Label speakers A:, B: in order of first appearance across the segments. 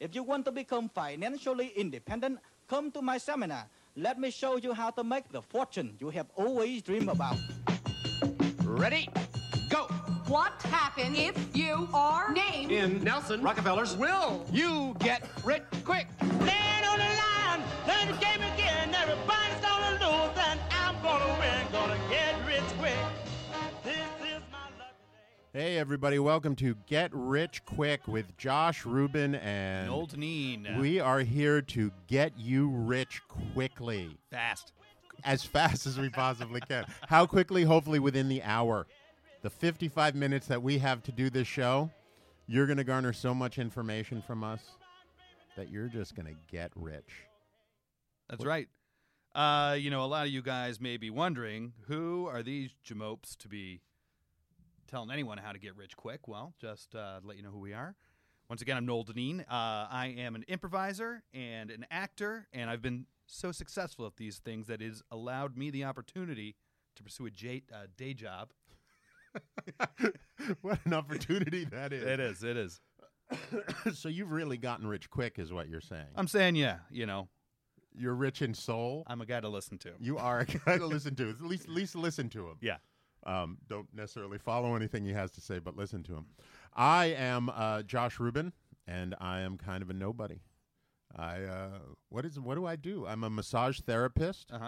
A: If you want to become financially independent, come to my seminar. Let me show you how to make the fortune you have always dreamed about.
B: Ready? Go!
C: What happens if you are named
B: In Nelson Rockefeller's will you get rich quick?
D: Stand on the line, play the game again. Everybody's gonna lose, and I'm gonna win. Gonna get rich quick. This is my lucky day.
E: Hey, everybody, welcome to Get Rich Quick with Josh Rubin. And
F: Old Neen. uh,
E: we are here to get you rich quickly,
F: Fast.
E: as fast as we possibly can. How quickly? Hopefully, within the hour. The 55 minutes that we have to do this show, you're going to garner so much information from us that you're just going to get rich.
F: That's right. Uh, you know, a lot of you guys may be wondering who are these jamopes to be telling anyone how to get rich quick? Well, just uh, let you know who we are. Once again, I'm Noel Deneen. Uh, I am an improviser and an actor, and I've been so successful at these things that it has allowed me the opportunity to pursue a j- uh, day job.
E: what an opportunity that is.
F: It is, it is.
E: so, you've really gotten rich quick, is what you're saying.
F: I'm saying, yeah, you know,
E: you're rich in soul.
F: I'm a guy to listen to.
E: You are a guy to listen to. At least, at least listen to him.
F: Yeah.
E: Um, don't necessarily follow anything he has to say, but listen to him. I am uh, Josh Rubin, and I am kind of a nobody. I uh, what is what do I do? I'm a massage therapist.
F: Uh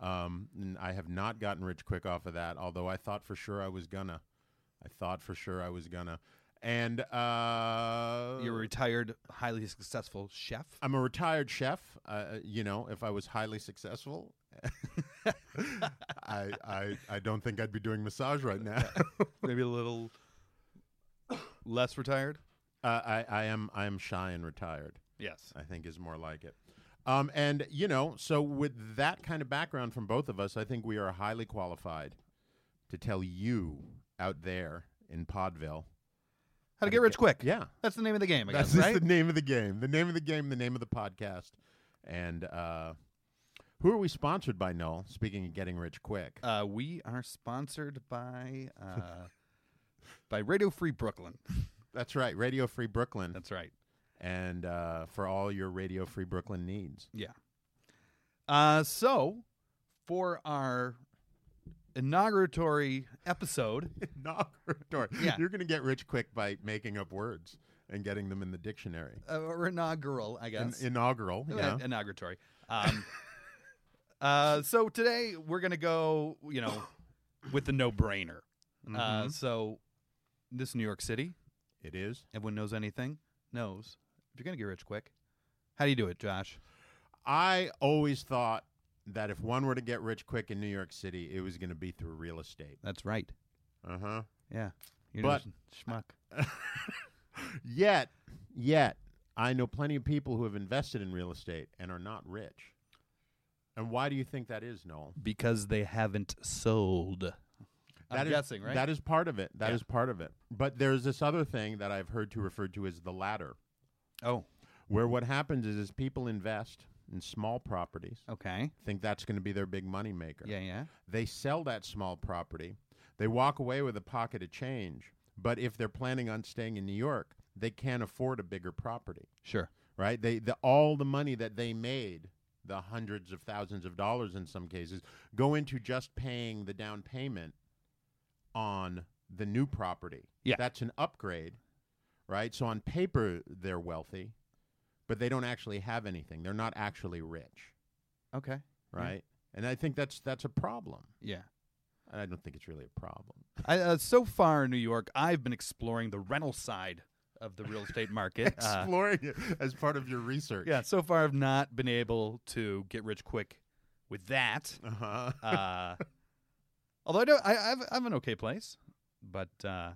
F: huh.
E: Um, and I have not gotten rich quick off of that, although I thought for sure I was gonna. I thought for sure I was gonna. And uh,
F: You're a retired, highly successful chef.
E: I'm a retired chef. Uh, you know, if I was highly successful, I, I I don't think I'd be doing massage right now.
F: maybe a little less retired.
E: uh, I I am I am shy and retired.
F: Yes.
E: I think is more like it. Um, and you know, so with that kind of background from both of us, I think we are highly qualified to tell you out there in Podville.
F: How to get rich quick.
E: Yeah,
F: That's the name of the game, I
E: that's
F: guess,
E: just
F: right?
E: the name of the game. The name of the game. The name of the podcast. And uh, who are we sponsored by? Noel. Speaking of getting rich quick.
F: uh, we are sponsored by uh, by Radio Free Brooklyn.
E: That's right, Radio Free Brooklyn,
F: That's right.
E: and uh, for all your Radio Free Brooklyn needs.
F: Yeah. Uh, so for our inauguratory episode,
E: Inauguratory.
F: Yeah.
E: You're going to get rich quick by making up words and getting them in the dictionary.
F: uh, or inaugural, I
E: In-
F: guess.
E: inaugural,
F: Uh,
E: yeah.
F: inauguratory. Um, uh, so today we're gonna go, you know, with the no-brainer. Uh,
E: Mhm.
F: so this New York City,
E: it is.
F: Everyone knows anything? Knows. If you're going to get rich quick, how do you do it, Josh?
E: I always thought that if one were to get rich quick in New York City, it was going to be through real estate.
F: That's right.
E: Uh huh.
F: Yeah. You're
E: But-
F: just a schmuck.
E: Yet, yet, I know plenty of people who have invested in real estate and are not rich. And why do you think that is, Noel?
F: Because they haven't sold.
E: That
F: I'm
E: is-
F: guessing, right?
E: That is part of it. That is
F: Yeah.
E: part of it. But there's this other thing that I've heard to referred to as the ladder,
F: oh,
E: where what happens is, is people invest in small properties,
F: okay.
E: think that's going to be their big money maker.
F: Yeah, yeah.
E: They sell that small property, they walk away with a pocket of change. But if they're planning on staying in New York, they can't afford a bigger property,
F: Sure.
E: right? They the, all the money that they made, the hundreds of thousands of dollars in some cases, go into just paying the down payment on the new property.
F: Yeah.
E: That's an upgrade, right? So on paper, they're wealthy, but they don't actually have anything. They're not actually rich,
F: Okay. Yeah.
E: right? And I think that's that's a problem.
F: Yeah.
E: And I don't think it's really a problem.
F: I, uh, so far in New York, I've been exploring the rental side of the real estate market. Uh,
E: Exploring it as part of your research.
F: yeah, so far I've not been able to get rich quick with that.
E: Uh-huh.
F: Uh, although I don't, I, I, have, I have an okay place, but uh,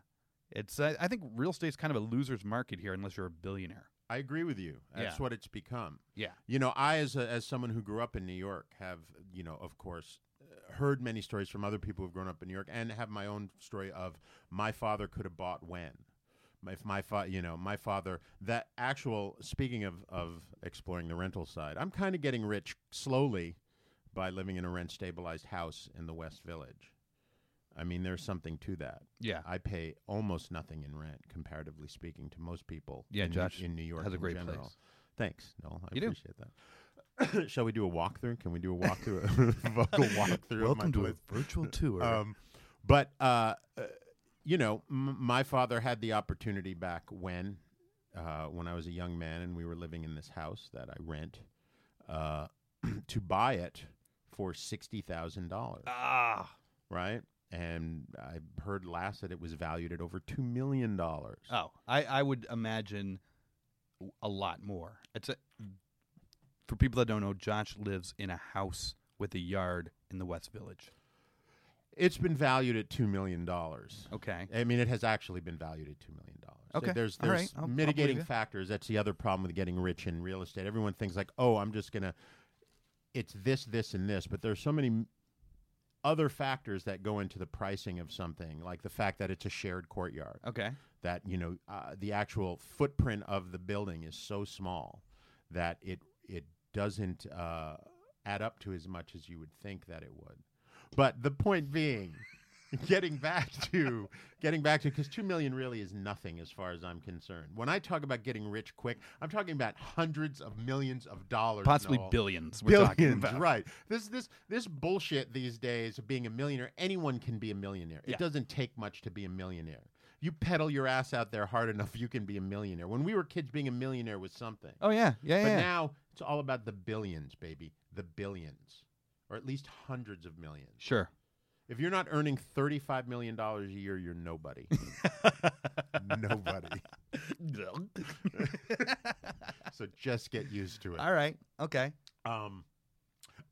F: it's I, I think real estate's kind of a loser's market here unless you're a billionaire.
E: I agree with you. That's
F: Yeah.
E: what it's become.
F: Yeah.
E: You know, I as a, as someone who grew up in New York have, you know, of course, uh, heard many stories from other people who've grown up in New York and have my own story of my father could have bought when. My- If my father, you know, my father, that actual, speaking of, of exploring the rental side, I'm kind of getting rich slowly by living in a rent stabilized house in the West Village. I mean, there's something to that.
F: Yeah.
E: I pay almost nothing in rent, comparatively speaking, to most people.
F: Yeah,
E: in, New-
F: Josh
E: in New York
F: has a
E: in
F: great
E: general.
F: place.
E: Thanks, Noel. I
F: You do.
E: appreciate that. Shall we do a walkthrough? Can we do a walkthrough? A vocal walkthrough. of my place?
F: virtual tour.
E: Um, but uh, uh, you know, m- my father had the opportunity back when, uh, when I was a young man, and we were living in this house that I rent, uh, to buy it for sixty thousand dollars. Ah, right. And I heard last that it was valued at over two million dollars.
F: oh, I, I would imagine w- a lot more. It's a, for people that don't know, Josh lives in a house with a yard in the West Village.
E: It's been valued at two million dollars.
F: Okay.
E: I mean, it has actually been valued at two million dollars.
F: Okay.
E: there's
F: All
E: there's
F: right. I'll- I'll believe
E: mitigating
F: you.
E: factors. That's the other problem with getting rich in real estate. Everyone thinks like, oh, I'm just gonna, it's this, this, and this. But there's so many m- other factors that go into the pricing of something, like the fact that it's a shared courtyard
F: Okay.
E: that you know uh, the actual footprint of the building is so small that it it doesn't uh, add up to as much as you would think that it would. But the point being, getting back to getting back to because two million really is nothing as far as I'm concerned. When I talk about getting rich quick, I'm talking about hundreds of millions of dollars,
F: Possibly
E: Noel.
F: billions. We're
E: Billions,
F: talking about.
E: right? This this this bullshit these days of being a millionaire. Anyone can be a millionaire.
F: Yeah.
E: It doesn't take much to be a millionaire. You pedal your ass out there hard enough, you can be a millionaire. When we were kids, being a millionaire was something.
F: Oh yeah, yeah,
E: but
F: yeah.
E: now it's all about the billions, baby. The billions, or at least hundreds of millions.
F: sure.
E: If you're not earning thirty-five million dollars a year, you're nobody. nobody. So just get used to it.
F: All right. Okay.
E: Um,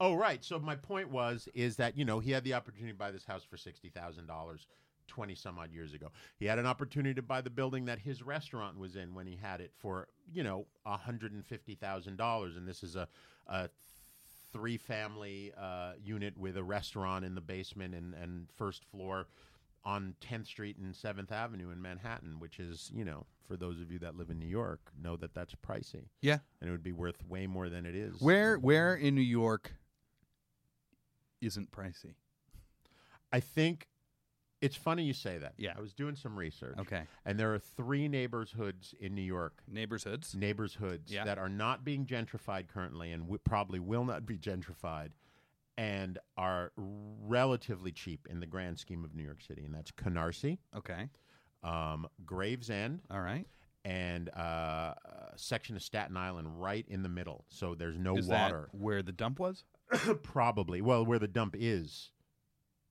E: oh right. So my point was is that you know he had the opportunity to buy this house for sixty thousand dollars twenty some odd years ago. He had an opportunity to buy the building that his restaurant was in when he had it for you know hundred and fifty thousand dollars, and this is a a three family uh, unit with a restaurant in the basement and and first floor. On 10th Street and 7th Avenue in Manhattan, which is, you know, for those of you that live in New York, know that that's pricey
F: Yeah.
E: and it would be worth way more than it is.
F: Where where in New York isn't pricey?
E: I think it's funny you say that.
F: Yeah.
E: I was doing some research.
F: Okay.
E: And there are three neighborhoods in New York,
F: Neighborhoods.
E: neighborhoods
F: Yeah.
E: that are not being gentrified currently and w- probably will not be gentrified and are relatively cheap in the grand scheme of New York City. And that's Canarsie,
F: Okay.
E: um, Gravesend,
F: All right.
E: and uh, a section of Staten Island right in the middle. So there's no
F: Is that
E: water.
F: where the dump was?
E: probably. Well, where the dump is.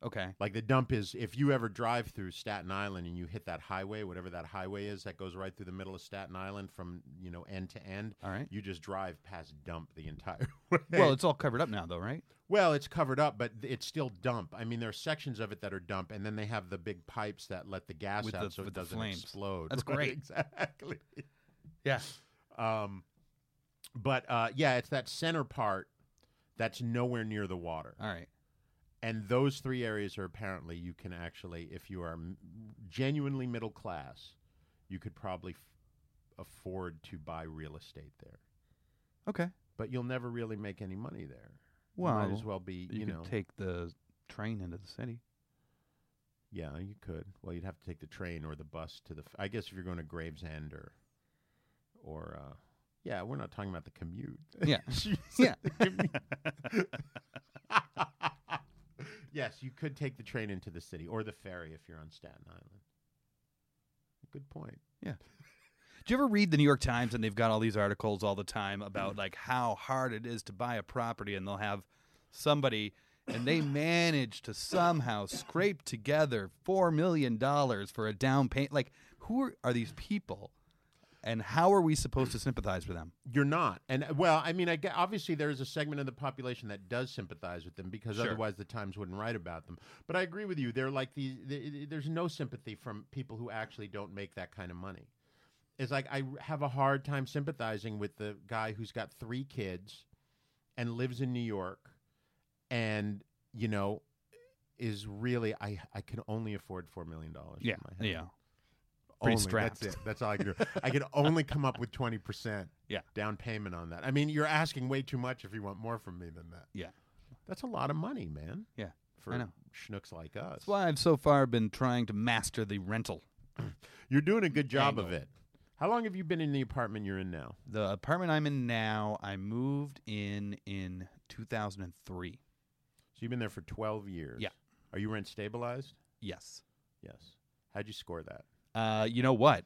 F: Okay.
E: Like the dump is if you ever drive through Staten Island and you hit that highway, whatever that highway is that goes right through the middle of Staten Island from, you know, end to end,
F: All right.
E: you just drive past dump the entire way.
F: Well, it's all covered up now though, right?
E: Well, it's covered up, but th- it's still dump. I mean, there are sections of it that are dump and then they have the big pipes that let the gas
F: With
E: out
F: the-
E: so
F: with
E: it
F: the
E: doesn't
F: flames.
E: explode.
F: That's
E: Right,
F: great.
E: Exactly.
F: Yeah.
E: Um but uh yeah, it's that center part that's nowhere near the water.
F: All right.
E: and those three areas are apparently you can actually if you are m- genuinely middle class you could probably f- afford to buy real estate there
F: Okay.
E: but you'll never really make any money there you might as
F: Well,
E: well be
F: You,
E: you,
F: could
E: know
F: take the train into the city.
E: yeah you could well you'd have to take the train or the bus to the f- i guess if you're going to gravesend or or uh yeah we're not talking about the commute
F: Yeah. yeah.
E: yes you could take the train into the city or the ferry if you're on staten island good point
F: Do you ever read the New York Times and they've got all these articles all the time about like how hard it is to buy a property and they'll have somebody and they manage to somehow scrape together 4 million dollars for a down payment like who are, are these people and how are we supposed to sympathize with them?
E: You're not, and uh, well, I mean, I gue- obviously there is a segment of the population that does sympathize with them because
F: Sure.
E: otherwise the Times wouldn't write about them. But I agree with you; they're like the, the there's no sympathy from people who actually don't make that kind of money. It's like I r- have a hard time sympathizing with the guy who's got three kids and lives in New York, and you know is really I I can only afford four million dollars.
F: Yeah.
E: my house.
F: Yeah. Pretty
E: Only-
F: strapped.
E: That's it. That's all I can do. I can only come up with twenty percent
F: Yeah.
E: down payment on that. I mean, you're asking way too much if you want more from me than that.
F: Yeah.
E: That's a lot of money, man.
F: Yeah.
E: for
F: I know.
E: schnooks like us.
F: That's why I've so far been trying to master the rental.
E: You're doing a good job of it. How long have you been in the apartment you're in now?
F: The apartment I'm in now, I moved in in 2003.
E: So you've been there for 12 years.
F: Yeah.
E: Are you rent stabilized?
F: Yes.
E: Yes. How'd you score that?
F: Uh, you know what?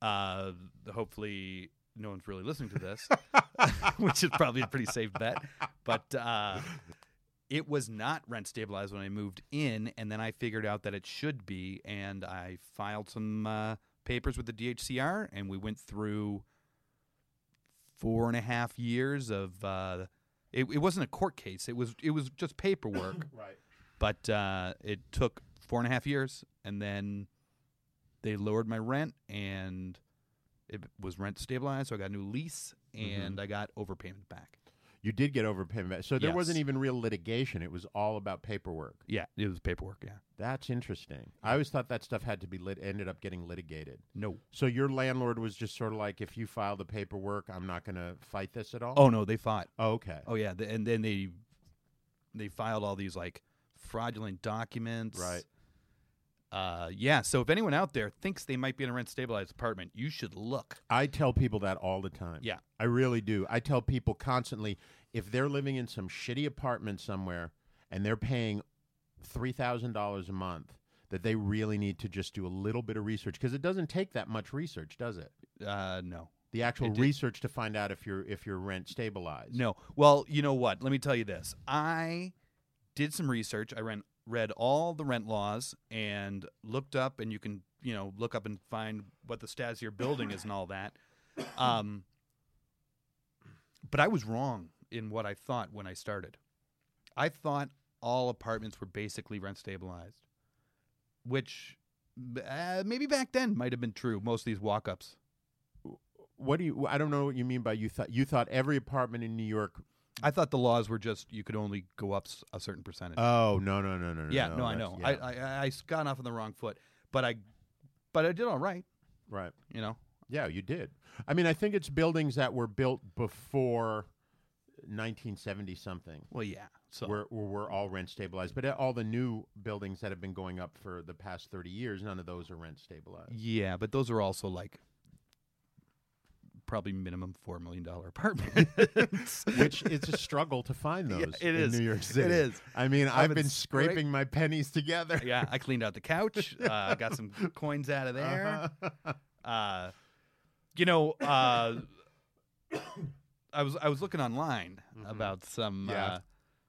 F: Uh, hopefully, no one's really listening to this, which is probably a pretty safe bet. But uh, it was not rent stabilized when I moved in, and then I figured out that it should be, and I filed some uh, papers with the DHCR, and we went through four and a half years of. Uh, it, it wasn't a court case. It was it was just paperwork.
E: Right.
F: but uh, it took four and a half years, and then they lowered my rent, and it was rent stabilized, so I got a new lease, and I got overpayment back.
E: You did get overpayment. back. So there
F: Yes.
E: wasn't even real litigation. It was all about paperwork.
F: Yeah, it was paperwork. Yeah,
E: That's interesting. I always thought that stuff had to be lit ended up getting litigated.
F: no.
E: So your landlord was just sort of like, if you file the paperwork, I'm not going to fight this at all.
F: Oh no, they fought.
E: Oh, okay.
F: Oh yeah, th- and then they they filed all these like fraudulent documents.
E: Right.
F: Uh, yeah. So if anyone out there thinks they might be in a rent stabilized apartment, you should look.
E: I tell people that all the time.
F: Yeah.
E: I really do. I tell people constantly if they're living in some shitty apartment somewhere and they're paying $3,000 a month, that they really need to just do a little bit of research because it doesn't take that much research, does it?
F: Uh, no.
E: The actual
F: It did-
E: research to find out if your if your rent stabilized.
F: No. Well, you know what? Let me tell you this. I did some research. I ran, read all the rent laws and looked up, and you can, you know, look up and find what the status of your building is and all that. Um, but I was wrong in what I thought when I started. I thought all apartments were basically rent stabilized, which uh, maybe back then might have been true. Most of these walk ups.
E: What do you? I don't know what you mean by you thought. You thought every apartment in New York.
F: I thought the laws were just you could only go up s- a certain percentage.
E: Oh no no no no.
F: Yeah, no, I
E: that's-
F: know.
E: yeah,
F: I, I I- I s- got off on the wrong foot, but I but I did all right.
E: right.
F: You know,
E: Yeah, you did. I mean, I think it's buildings that were built before 1970 something.
F: well, yeah. So
E: Were, were were all rent stabilized, but uh, all the new buildings that have been going up for the past 30 years, none of those are rent stabilized.
F: yeah, but those are also like probably minimum four million dollar apartments.
E: Which it's a struggle to find those
F: Yeah, it
E: in
F: is.
E: New York
F: It
E: City.
F: is.
E: I mean, I've,
F: I've
E: been,
F: been scra-
E: scraping my pennies together.
F: yeah, I cleaned out the couch. Uh, I got some coins out of there. uh you know, uh, I was I was looking online about some
E: Yeah.
F: uh,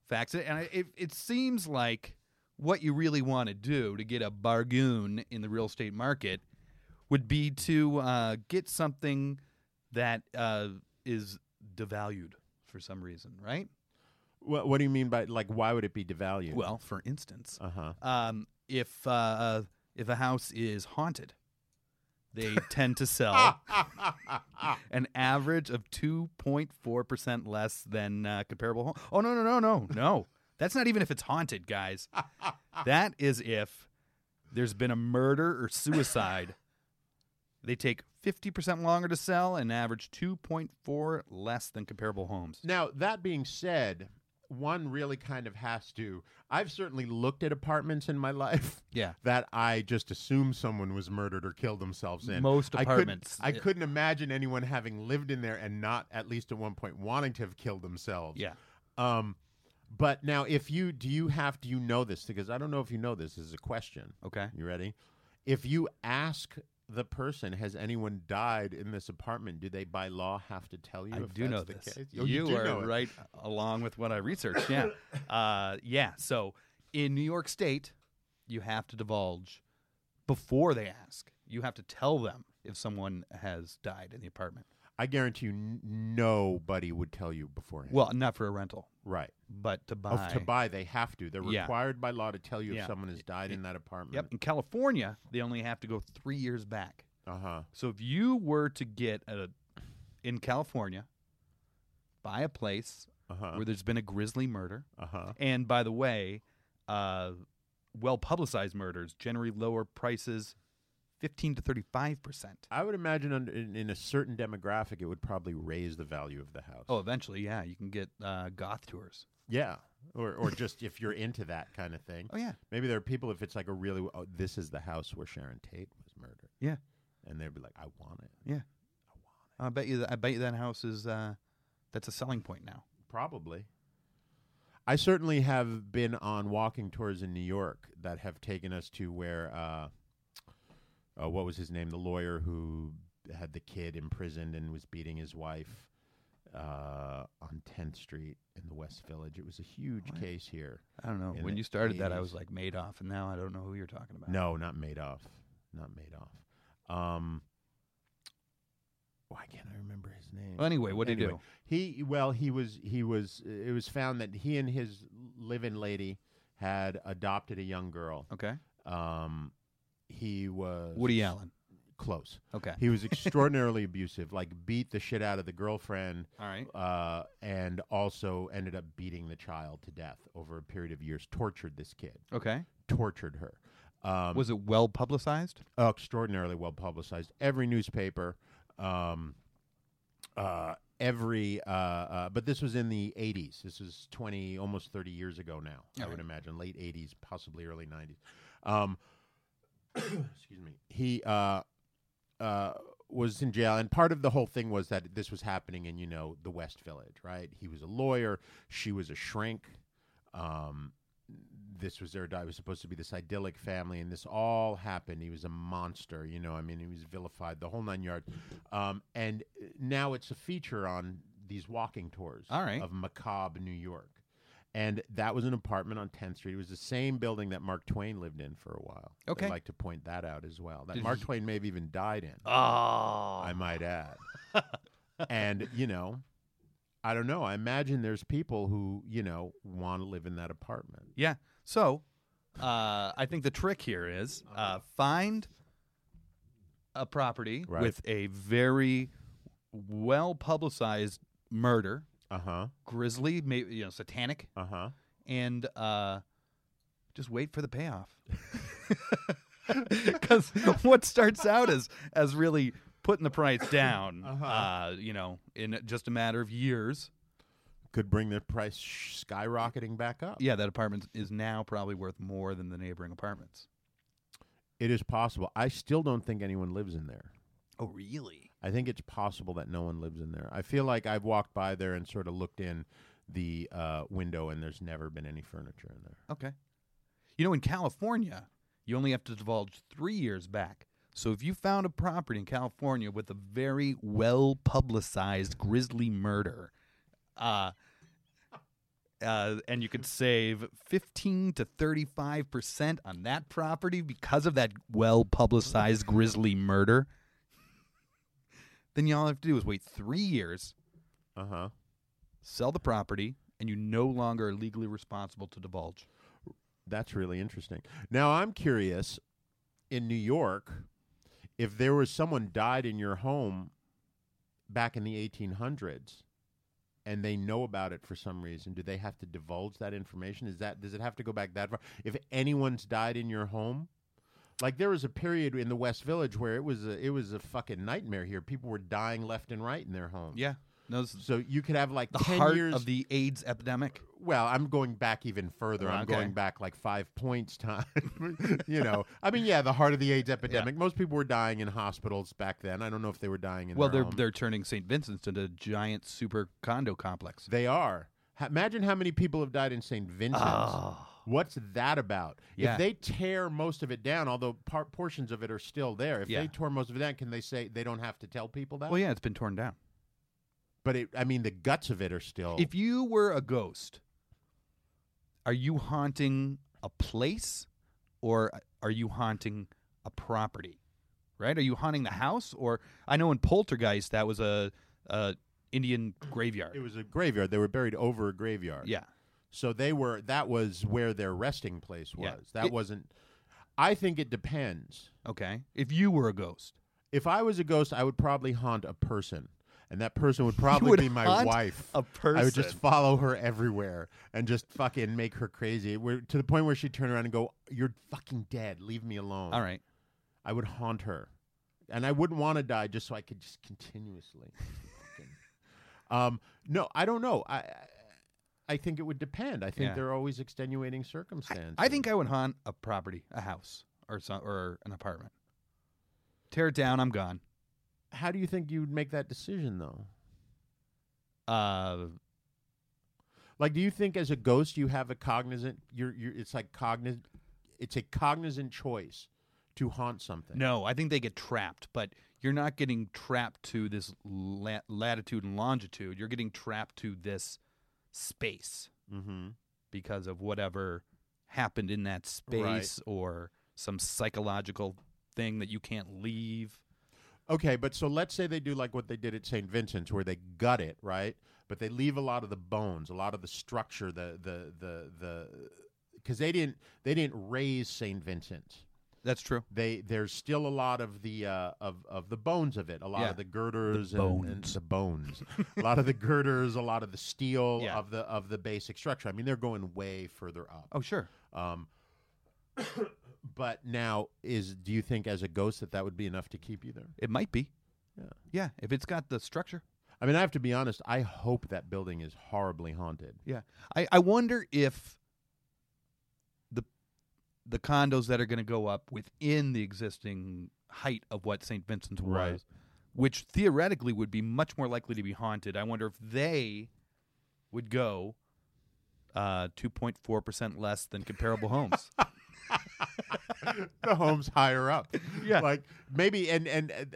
F: facts, and I, it it seems like what you really want to do to get a bargain in the real estate market would be to uh, get something that uh, is devalued for some reason, right?
E: What, what do you mean by like? Why would it be devalued?
F: Well, for instance,
E: uh huh.
F: um, if uh, if a house is haunted, they tend to sell an average of two point four percent less than uh, comparable home. Oh no no no no no! That's not even if it's haunted, guys. That is if there's been a murder or suicide. They take fifty percent longer to sell and average two point four less than comparable homes.
E: Now, that being said, one really kind of has to. I've certainly looked at apartments in my life.
F: Yeah.
E: That I just assumed someone was murdered or killed themselves in.
F: Most
E: I couldn't-
F: apartments.
E: I couldn't, imagine anyone having lived in there and not, at least at one point, wanting to have killed themselves.
F: Yeah.
E: Um, but now, if you do, you have do you know this? Because I don't know if you know this. This is a question.
F: Okay.
E: You ready? If you ask the person, has anyone died in this apartment? Do they, by law, have to tell you?
F: I
E: if
F: do know
E: that's the
F: this.
E: case?
F: You,
E: Oh, do
F: are
E: know it.
F: right along with what I researched. Yeah, uh, yeah. So in New York State, you have to divulge before they ask. You have to tell them if someone has died in the apartment.
E: I guarantee you, n- nobody would tell you beforehand.
F: Well, not for a rental,
E: right.
F: but to buy.
E: Of- to buy, they have to. They're
F: Yeah.
E: required by law to tell you
F: Yeah.
E: if someone has died in that apartment.
F: Yep. In California, they only have to go three years back.
E: Uh huh.
F: So if you were to get a in California, buy a place
E: Uh-huh.
F: where there's been a grisly murder.
E: Uh huh.
F: And by the way, uh, well publicized murders generally lower prices 15 to 35 percent.
E: I would imagine under, in, in a certain demographic, it would probably raise the value of the house.
F: Oh, eventually, yeah, you can get uh, goth tours.
E: yeah, or or just if you're into that kind of thing.
F: Oh, yeah.
E: Maybe there are people if it's like a really oh, this is the house where Sharon Tate was murdered,
F: Yeah,
E: and they'd be like, I want it.
F: yeah. I bet you. That, I bet you that house is. Uh, that's a selling point now.
E: Probably. I certainly have been on walking tours in New York that have taken us to where, uh, uh, what was his name? The lawyer who had the kid imprisoned and was beating his wife uh, on 10th Street in the West Village. It was a huge case here.
F: I don't know.
E: In
F: when
E: the
F: you started that, I
E: 80s.
F: was like Madoff, and now I don't know who you're talking about.
E: No, not Madoff. Not Madoff. Um, why can't I remember his name?
F: Well, anyway, what'd he
E: Anyway,
F: do?
E: He well, he was he was. It was found that he and his live-in lady had adopted a young girl.
F: Okay.
E: Um, he was
F: Woody Allen.
E: Close.
F: Okay.
E: He was extraordinarily abusive. Like beat the shit out of the girlfriend.
F: All right.
E: Uh, and also ended up beating the child to death over a period of years. Tortured this kid.
F: Okay.
E: Tortured her. Um,
F: was it well publicized?
E: oh, extraordinarily well publicized. Every newspaper, um, uh, every uh, uh, but this was in the '80s. This was 20, almost 30 years ago now. I
F: Okay.
E: would imagine late '80s, possibly early '90s. Um, excuse me. He uh, uh, was in jail, and part of the whole thing was that this was happening in you know the West Village, right? He was a lawyer, she was a shrink. Um, this was their it was supposed to be this idyllic family and this all happened he was a monster you know i mean he was vilified the whole nine yards um, and uh, now it's a feature on these walking tours
F: All right.
E: of macabre new york and that was an apartment on 10th street it was the same building that mark twain lived in for a while
F: Okay.
E: i'd like to point that out as well that
F: Did
E: mark
F: he-
E: twain may have even died in
F: Oh.
E: I might add. and, you know, I don't know. I imagine there's people who, you know, want to live in that apartment.
F: Yeah. So, uh, I think the trick here is uh, find a property
E: Right.
F: with a very well publicized murder,
E: Uh huh.
F: grisly, maybe you know, satanic,
E: Uh huh.
F: and uh, just wait for the payoff. Because what starts out as as really putting the price down, uh you know, in just a matter of years.
E: Could bring the price sh- skyrocketing back up.
F: Yeah, that apartment is now probably worth more than the neighboring apartments.
E: It is possible. I still don't think anyone lives in there.
F: Oh, really?
E: I think it's possible that no one lives in there. I feel like I've walked by there and sort of looked in the uh, window and there's never been any furniture in there.
F: Okay. You know, in California, you only have to divulge three years back. So if you found a property in California with a very well publicized grisly murder, uh, uh, and you could save 15 to 35% on that property because of that well publicized grisly murder, then you all have to do is wait three years,
E: Uh huh.
F: sell the property, and you no longer are legally responsible to divulge.
E: That's really interesting. Now I'm curious in New York if there was someone died in your home back in the 1800s and they know about it for some reason do they have to divulge that information is that does it have to go back that far if anyone's died in your home like there was a period in the West Village where it was a, it was a fucking nightmare here people were dying left and right in their home
F: Yeah. No, this is
E: so you could have like
F: the
E: 10
F: heart
E: years
F: of the AIDS epidemic.
E: well, I'm going back even further. I'm
F: Okay.
E: going back like five points time. you know, I mean, yeah, the heart of the AIDS epidemic. Most people were dying in hospitals back then. I don't know if they were dying in.
F: Well,
E: their
F: they're
E: home.
F: they're turning St. Vincent's into a giant super condo complex.
E: They are. Ha- Imagine how many people have died in St. Vincent's. What's that about?
F: Oh. Yeah.
E: If they tear most of it down, although par- portions of it are still there, if
F: Yeah.
E: they tore most of it down, can they say they don't have to tell people that?
F: Well, yeah, it's been torn down.
E: But it, I mean, the guts of it are still.
F: If you were a ghost, are you haunting a place or are you haunting a property? Right? Are you haunting the house or I know in Poltergeist that was a, a Indian graveyard.
E: it was a graveyard. They were buried over a graveyard.
F: yeah.
E: So they were that was where their resting place was.
F: Yeah.
E: That
F: It-
E: wasn't I think it depends.
F: Okay. If you were a ghost,
E: If I was a ghost, I would probably haunt a person. And that person would
F: You
E: probably
F: would
E: be my
F: haunt
E: wife.
F: a
E: I would just
F: person.
E: follow her everywhere and just fucking make her crazy. We're, to the point where she'd turn around and go, "You're fucking dead. Leave me alone."
F: all right.
E: I would haunt her, and I wouldn't want to die just so I could just continuously. fucking- um, no, I don't know. I I- I think it would depend. I think
F: Yeah.
E: there are always extenuating circumstances.
F: I think I would haunt a property, a house, or some, or an apartment. Tear it down. I'm gone.
E: How do you think you'd make that decision though?
F: Uh,
E: Like, do you think as a ghost you have a cognizant? You're, you're it's like cognizant. It's a cognizant choice to haunt something.
F: no, I think they get trapped, but you're not getting trapped to this la- latitude and longitude. You're getting trapped to this space
E: Mm-hmm.
F: because of whatever happened in that space or some psychological thing that you can't leave.
E: Okay, but so let's say they do like what they did at St. Vincent's, where they gut it, right? But they leave a lot of the bones, a lot of the structure, the the the the, because they didn't they didn't raise St. Vincent's.
F: That's true.
E: They there's still a lot of the uh, of of the bones of it, a lot
F: Yeah.
E: of the girders,
F: The
E: and- and
F: bones.
E: the bones, a lot of the girders, a lot of the steel
F: Yeah.
E: of the of the basic structure. I mean, they're going way further up.
F: Oh, sure.
E: Um, but now is do you think as a ghost that that would be enough to keep you there?
F: It might be.
E: Yeah.
F: Yeah. If it's got the structure.
E: I mean, I have to be honest. I hope that building is horribly haunted.
F: Yeah. I, I wonder if the the condos that are going to go up within the existing height of what St. Vincent's was,
E: Right.
F: which theoretically would be much more likely to be haunted, I wonder if they would go uh, 2.4% less than comparable homes.
E: the home's higher up.
F: Yeah.
E: like maybe. And and and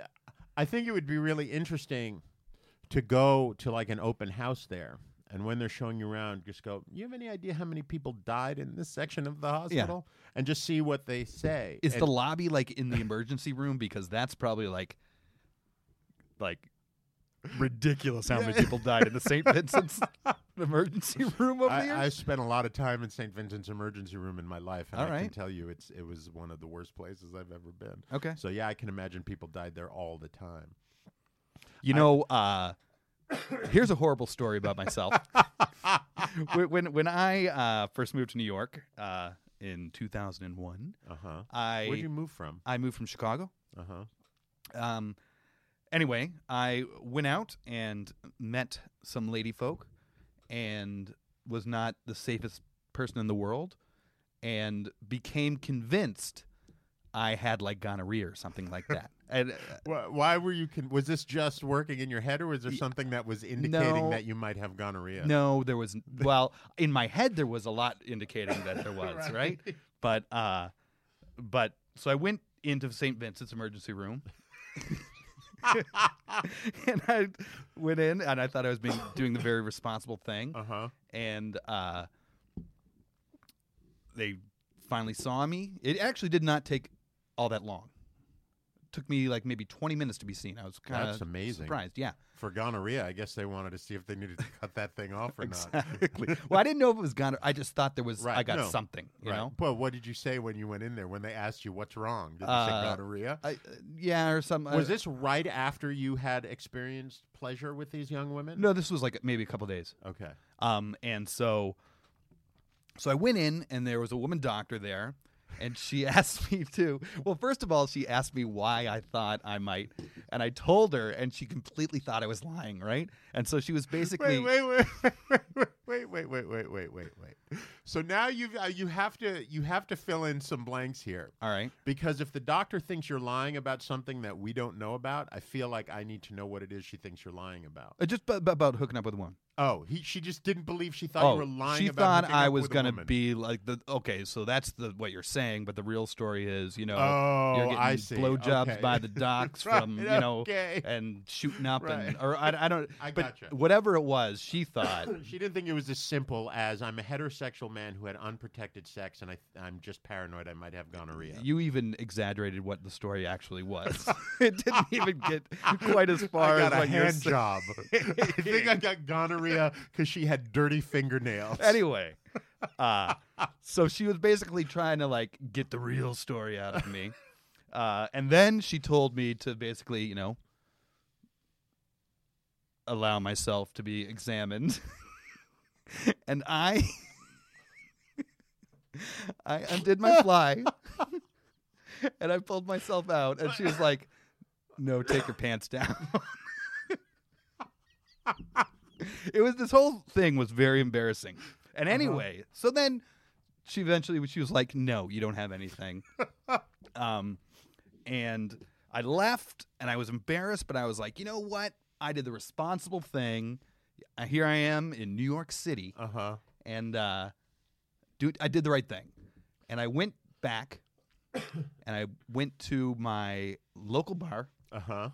E: I think it would be really interesting to go to like an open house there, and when they're showing you around, just go. You have any idea how many people died in this section of the hospital? And just see what they say.
F: Is
E: And-
F: the lobby like in the emergency room? Because that's probably like, like ridiculous how many people died in the St. Vincent's emergency room over there.
E: I, I spent a lot of time in St. Vincent's emergency room in my life, and
F: All
E: I can
F: right.
E: tell you, it's it was one of the worst places I've ever been.
F: Okay.
E: So yeah, I can imagine people died there all the time.
F: You know, uh, here's a horrible story about myself. when, when when I uh, first moved to New York uh, in 2001,
E: Uh huh.
F: I
E: Where'd you move from?
F: I moved from Chicago.
E: Uh huh.
F: Um, anyway, I went out and met some lady folk, and was not the safest person in the world, and became convinced I had like gonorrhea or something like that. and uh,
E: Why, why were you? Con- was this just working in your head, or was there something that was indicating
F: no.
E: that you might have gonorrhea?
F: No, there was. Well, in my head, there was a lot indicating that there was, right? But, uh, but so I went into St. Vincent's emergency room. and I went in and I thought I was being, doing the very responsible thing.
E: Uh huh.
F: And uh, they finally saw me. It actually did not take all that long. took me like maybe 20 minutes to be seen. I was kind
E: That's
F: of
E: amazing.
F: surprised. Yeah.
E: For gonorrhea, I guess they wanted to see if they needed to cut that thing off or
F: Exactly. well, I didn't know if it was gonorrhea. I just thought there was.
E: not. Right.
F: I got
E: no.
F: something. You
E: right.
F: know.
E: But what did you say when you went in there? When they asked you what's wrong, did you
F: Uh,
E: say gonorrhea?
F: I, uh, yeah, or some.
E: was
F: uh,
E: this right after you had experienced pleasure with these young women?
F: No, this was like maybe a couple days.
E: Okay.
F: Um, and so, so I went in, and there was a woman doctor there, and she asked me to. Well, first of all, she asked me why I thought I might, and I told her, and she completely thought I was lying, right? And so she was basically.
E: Wait, wait, wait, wait, wait, wait, wait, wait, wait, wait, wait. So now you uh, you have to you have to fill in some blanks here.
F: All right.
E: Because if the doctor thinks you're lying about something that we don't know about, I feel like I need to know what it is she thinks you're lying about.
F: Uh, Just b- about hooking up with a woman.
E: Oh, he, she just didn't believe she thought you were lying
F: Oh, she
E: about
F: thought
E: hooking
F: I
E: up
F: was
E: with a
F: gonna
E: woman.
F: be like the okay. So that's the what you're saying, but the real story is you know
E: Oh,
F: you're getting
E: I see.
F: blowjobs
E: Okay.
F: by the docks
E: Right,
F: from you know
E: okay.
F: and shooting up and
E: Right.
F: or I, I don't.
E: I
F: but
E: gotcha.
F: whatever it was, she thought.
E: She didn't think it was as simple as I'm a heterosexual man who had unprotected sex and I, I'm just paranoid I might have gonorrhea.
F: You even exaggerated what the story actually was. it didn't even get quite as far
E: I got
F: as
E: a
F: what you're
E: hand
F: saying.
E: job. I think I got gonorrhea because she had dirty fingernails.
F: anyway, uh, so she was basically trying to like get the real story out of me, uh, and then she told me to basically, you know, allow myself to be examined, and I, I undid my fly. and I pulled myself out, and she was like, "No, take your pants down." it was this whole thing was very embarrassing. And anyway, so then she eventually she was like, "No, you don't have anything." um, and I left, and I was embarrassed, but I was like, "You know what? I did the responsible thing. Uh, Here I am in New York City."
E: Uh huh.
F: and uh, do I did the right thing, and I went back, and I went to my local bar
E: Uh huh.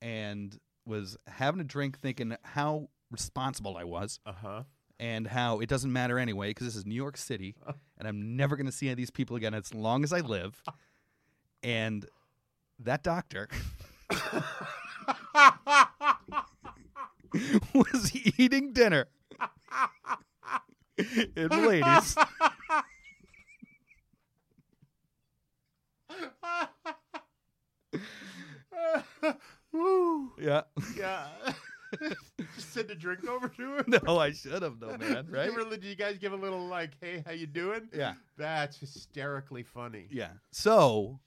F: and was having a drink, thinking how responsible I was
E: Uh huh.
F: and how it doesn't matter anyway because this is New York City, and I'm never going to see any of these people again as long as I live, and that doctor. was eating dinner and ladies
E: Woo.
F: Yeah.
E: Yeah. Just send a drink over to her.
F: No, I should have though, man. Right?
E: You, were- did you guys give a little like, "Hey, how you doing?"
F: Yeah.
E: That's hysterically funny.
F: yeah. So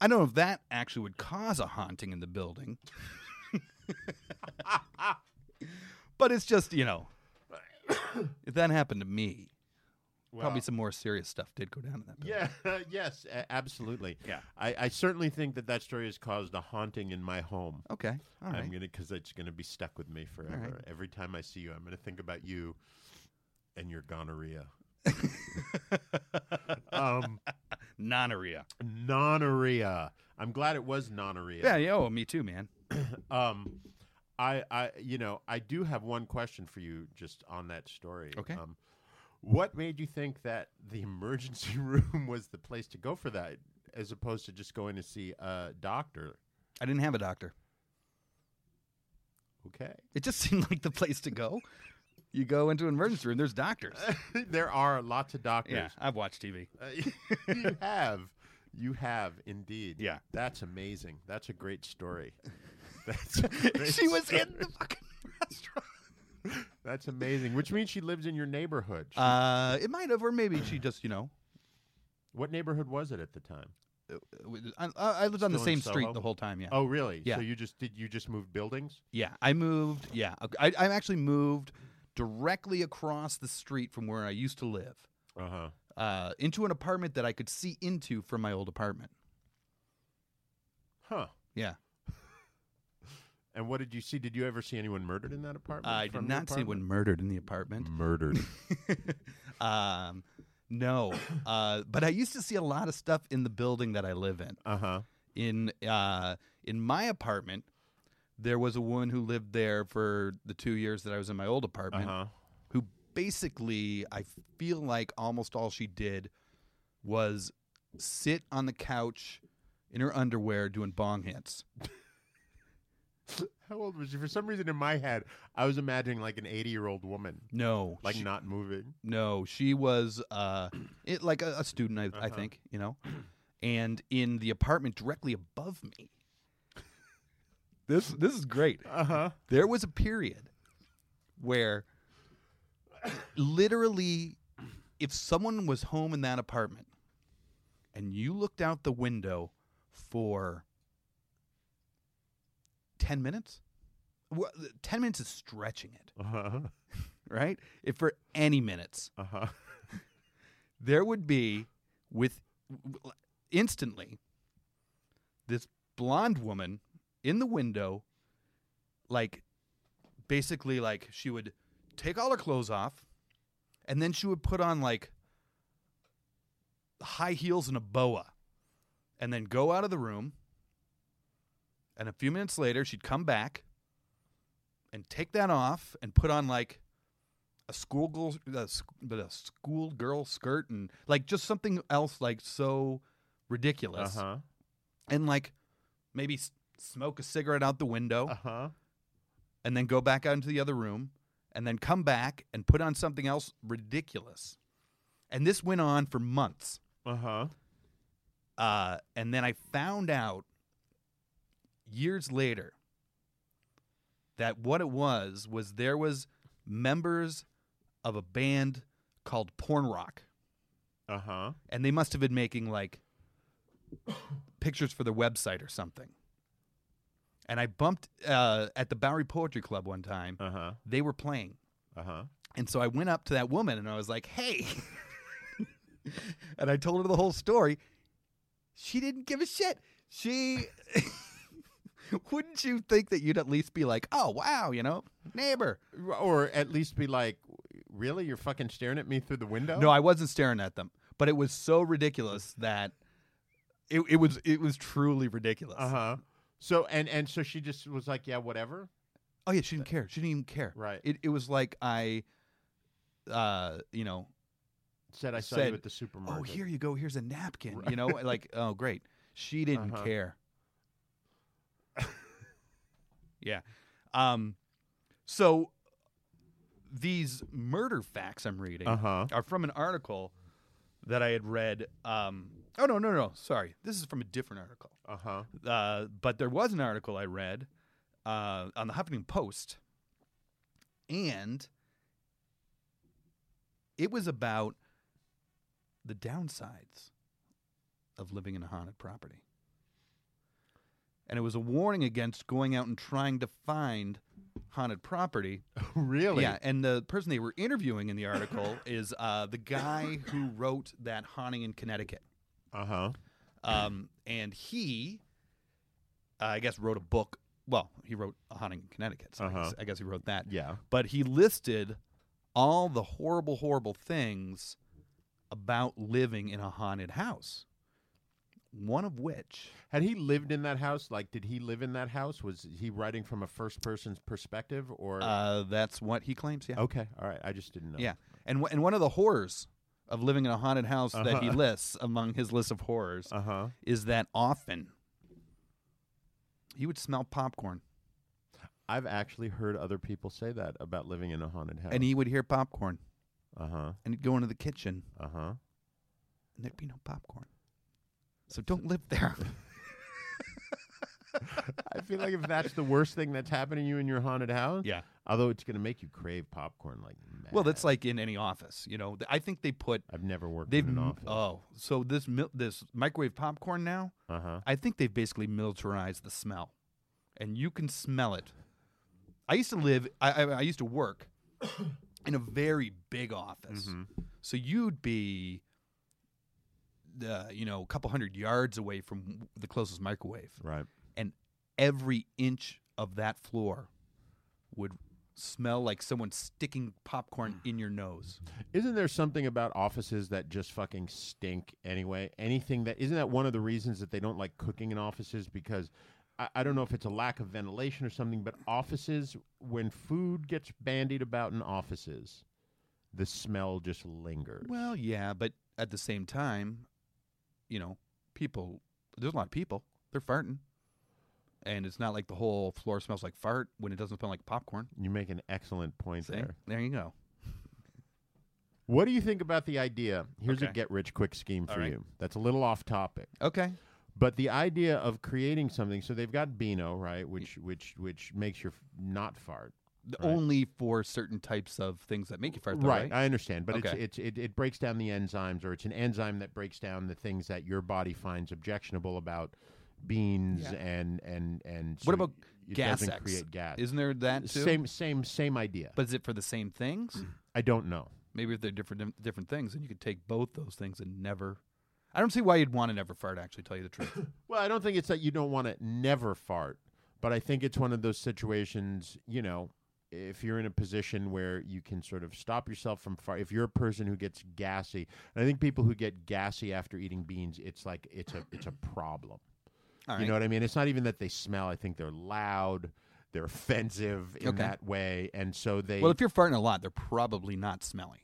F: I don't know if that actually would cause a haunting in the building. but it's just, you know, if that happened to me, probably
E: Well,
F: some more serious stuff did go down in that building.
E: Yeah. yes. a- absolutely.
F: Yeah.
E: I, I certainly think that that story has caused a haunting in my home.
F: Okay. All
E: I'm
F: right.
E: gonna because it's gonna be stuck with me forever. Every time I see you, I'm gonna think about you and your gonorrhea. um,
F: Nonorrhea.
E: nonorrhea. I'm glad it was nonorrhea.
F: Yeah, yeah, oh, me too, man.
E: Um, I, I, you know, I do have one question for you just on that story.
F: Okay.
E: Um, what made you think that the emergency room was the place to go for that, as opposed to just going to see a doctor?
F: I didn't have a doctor.
E: Okay.
F: It just seemed like the place to go. You go into an emergency room, there's doctors.
E: there are lots of
F: Yeah,
E: doctors.
F: I've watched TV.
E: Uh, you have. You have indeed.
F: Yeah.
E: That's amazing. That's a great story. That's a great
F: she was
E: story.
F: in the fucking restaurant.
E: That's amazing. Which means she lives in your neighborhood. She-
F: Uh, it might have, or maybe she just, you know,
E: what neighborhood was it at the time?
F: I, I lived on the
E: Still in
F: same street
E: Soho?
F: the whole time. Yeah.
E: Oh, really?
F: Yeah.
E: So you just did you just move buildings?
F: Yeah. I moved. Yeah. I, I actually moved directly across the street from where I used to live
E: Uh huh.
F: uh, into an apartment that I could see into from my old apartment.
E: Huh.
F: Yeah.
E: And what did you see? Did you ever see anyone murdered in that apartment? Mm.
F: I did
E: from your
F: not see anyone murdered in the apartment.
E: apartment? murdered.
F: um, no. Uh, but I used to see a lot of stuff in the building that I live in.
E: uh huh.
F: in uh, in my apartment, there was a woman who lived there for the two years that I was in my old
E: Uh
F: apartment.
E: huh.
F: Who basically, I feel like almost all she did was sit on the couch in her underwear doing bong hits.
E: How old was she? For some reason, in my head, I was imagining like an eighty-year-old woman,
F: No,
E: like
F: she,
E: not moving.
F: no, she was uh, it, like a, a student, I, I think, you know, and in the apartment directly above me. This this is great.
E: Uh huh.
F: there was a period where literally if someone was home in that apartment and you looked out the window for 10 minutes well, 10 minutes is stretching it
E: Uh huh.
F: right if for any minutes
E: Uh huh.
F: there would be with instantly this blonde woman in the window like basically like she would take all her clothes off and then she would put on like high heels and a boa and then go out of the room and a few minutes later she'd come back and take that off and put on like a schoolgirl a, sc- but a schoolgirl skirt and like just something else like so
E: Uh
F: ridiculous
E: huh.
F: and like maybe s- smoke a cigarette out the window
E: Uh huh.
F: and then go back out into the other room and then come back and put on something else ridiculous and this went on for months
E: Uh huh.
F: uh, and then i found out years later that what it was was there was members of a band called porn rock
E: Uh huh.
F: and they must have been making like pictures for their website or something. And I bumped uh, at the Bowery Poetry Club one time.
E: Uh huh.
F: They were playing.
E: Uh huh.
F: And so I went up to that woman and I was like, hey. and I told her the whole story. She didn't give a shit. She. Wouldn't you think that you'd at least be like, oh, wow, you know, neighbor?
E: Or at least be like, really? You're fucking staring at me through the window?
F: No, I wasn't staring at them, but it was so ridiculous that it, it was it was truly ridiculous.
E: Uh huh. So and and so she just was like, yeah, whatever.
F: Oh yeah, she didn't care. She didn't even care.
E: Right.
F: It it was like I, uh, you know,
E: Said I saw
F: said,
E: you at the supermarket.
F: oh here you go, here's a napkin. You know, like oh great, she didn't
E: Uh-huh.
F: care. yeah, um, so these murder facts I'm reading
E: Uh-huh.
F: are from an article that I had read. Um, oh no no no, sorry, this is from a different article.
E: Uh huh.
F: Uh, but there was an article I read uh, on the Huffington Post, and it was about the downsides of living in a haunted property. And it was a warning against going out and trying to find haunted property.
E: really?
F: Yeah, and the person they were interviewing in the article is uh, the guy who wrote that haunting in Connecticut
E: Uh huh.
F: um, and he, uh, I guess, wrote a book. Well, he wrote a haunting in Connecticut. So I,
E: Uh-huh.
F: guess, I guess he wrote that.
E: Yeah.
F: But he listed all the horrible, horrible things about living in a haunted house. One of which,
E: Had he lived in that house? Like, did he live in that house? Was he writing from a first person's perspective? Or
F: uh, that's what he claims. Yeah.
E: okay, all right, I just didn't know.
F: Yeah. And w- and one of the horrors of living in a haunted house that he
E: Uh-huh.
F: lists among his list of horrors
E: Uh huh.
F: is that often you would smell popcorn
E: I've actually heard other people say that about living in a haunted house.
F: and he would hear popcorn
E: Uh huh.
F: and he'd go into the kitchen
E: Uh huh.
F: and there'd be no popcorn. So don't live there.
E: I feel like if that's the worst thing that's happening to you in your haunted house,
F: Yeah.
E: Although it's gonna make you crave popcorn like. Mad.
F: well, that's like in any office, you know. Th- I think they put
E: I've never worked
F: they've
E: in an
F: m-
E: office.
F: oh, so this mil- this microwave popcorn now,
E: Uh huh.
F: I think they've basically militarized the smell, and you can smell it. I used to live. I I, I used to work in a very big office,
E: Mm-hmm.
F: so you'd be. Uh, you know, a couple hundred yards away from the closest microwave.
E: Right.
F: and every inch of that floor would smell like someone sticking popcorn in your nose.
E: Isn't there something about offices that just fucking stink anyway? Anything that isn't that one of the reasons that they don't like cooking in offices because I, I don't know if it's a lack of ventilation or something, but offices when food gets bandied about in offices, the smell just lingers.
F: Well, yeah, but at the same time, you know, people there's a lot of people. They're farting. And it's not like the whole floor smells like fart when it doesn't smell like popcorn.
E: you make an excellent point
F: See?
E: there.
F: There you go.
E: What do you think about the idea? Here's a
F: Okay.
E: get rich quick scheme
F: All
E: for
F: right.
E: you. That's a little off topic.
F: Okay.
E: But the idea of creating something, so they've got Beano, right, which which which makes your f- not fart.
F: The-
E: Right.
F: Only for certain types of things that make you fart, though,
E: Right,
F: right?
E: I understand, but
F: Okay.
E: it's, it's it, it breaks down the enzymes, or it's an enzyme that breaks down the things that your body finds objectionable about beans
F: Yeah.
E: and and and. so
F: what about
E: it
F: gas
E: doesn't
F: X?
E: create gas? Uh,
F: Isn't there that too?
E: same same same idea?
F: But is it for the same things?
E: I don't know.
F: Maybe if they're different different things, and you could take both those things and never. I don't see why you'd want to never fart. Actually, tell you the truth.
E: Well, I don't think it's that you don't want to never fart, but I think it's one of those situations, you know, if you're in a position where you can sort of stop yourself from fart, if you're a person who gets gassy, and I think people who get gassy after eating beans, it's like it's a it's a problem.
F: All right.
E: You know what I mean? It's not even that they smell. I think they're loud, they're offensive in
F: Okay.
E: that way, and so they
F: well, if you're farting a lot, they're probably not smelly.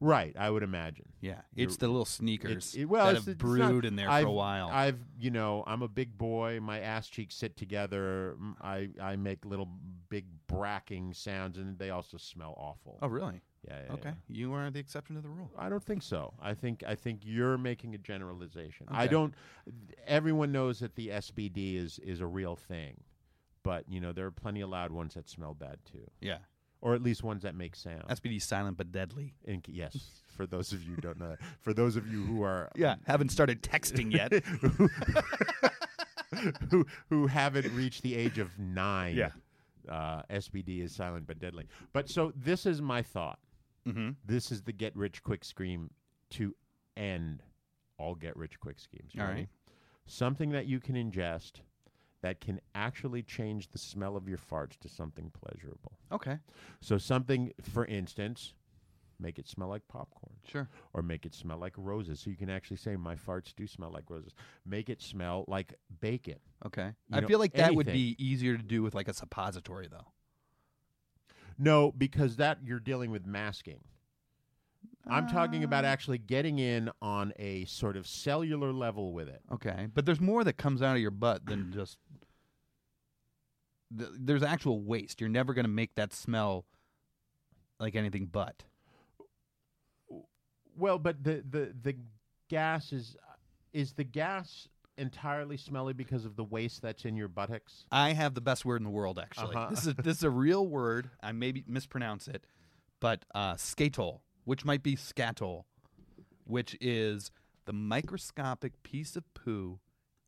E: right. I would imagine.
F: Yeah,
E: You're-
F: it's the little sneakers
E: It's- it- well,
F: that
E: it's-
F: have
E: it's not-
F: brewed in there
E: I've-
F: for a while.
E: I've, you know, I'm a big boy. My ass cheeks sit together. m- I, I make little big bracking sounds, and they also smell awful.
F: oh, really?
E: yeah, yeah,
F: okay,
E: yeah.
F: you are the exception to the rule.
E: I don't think so. I think I think you're making a generalization. I
F: Okay.
E: don't. Everyone knows that the SBD is is a real thing, but you know there are plenty of loud ones that smell bad too.
F: Yeah.
E: or at least ones that make sound.
F: SPD silent but deadly.
E: In, yes, for those of you who don't know that. For those of you who are
F: Yeah, Mm. haven't started texting yet.
E: who who haven't reached the age of nine.
F: Yeah.
E: Uh, SBD is silent but deadly. But so this is my thought.
F: Mhm.
E: This is the get rich quick scheme to end all get rich quick schemes. You
F: All
E: ready?
F: right.
E: Something that you can ingest that can actually change the smell of your farts to something pleasurable.
F: okay,
E: So something, for instance, make it smell like popcorn
F: sure.
E: or make it smell like roses. So you can actually say, "My farts do smell like roses." Make it smell like bacon.
F: Okay,
E: You
F: I
E: know,
F: feel like that would be
E: anything.
F: easier to do with like a suppository though.
E: No, because that you're dealing with masking. I'm talking about actually getting in on a sort of cellular level with it.
F: Okay, but there's more that comes out of your butt than just. Th- There's actual waste. You're never going to make that smell like anything but.
E: Well, but the the the gas is is the gas entirely smelly because of the waste that's in your buttocks.
F: I have the best word in the world, actually.
E: Uh-huh.
F: This is this is a real word. I maybe mispronounce it, but uh, skatol, which might be scatol, which is the microscopic piece of poo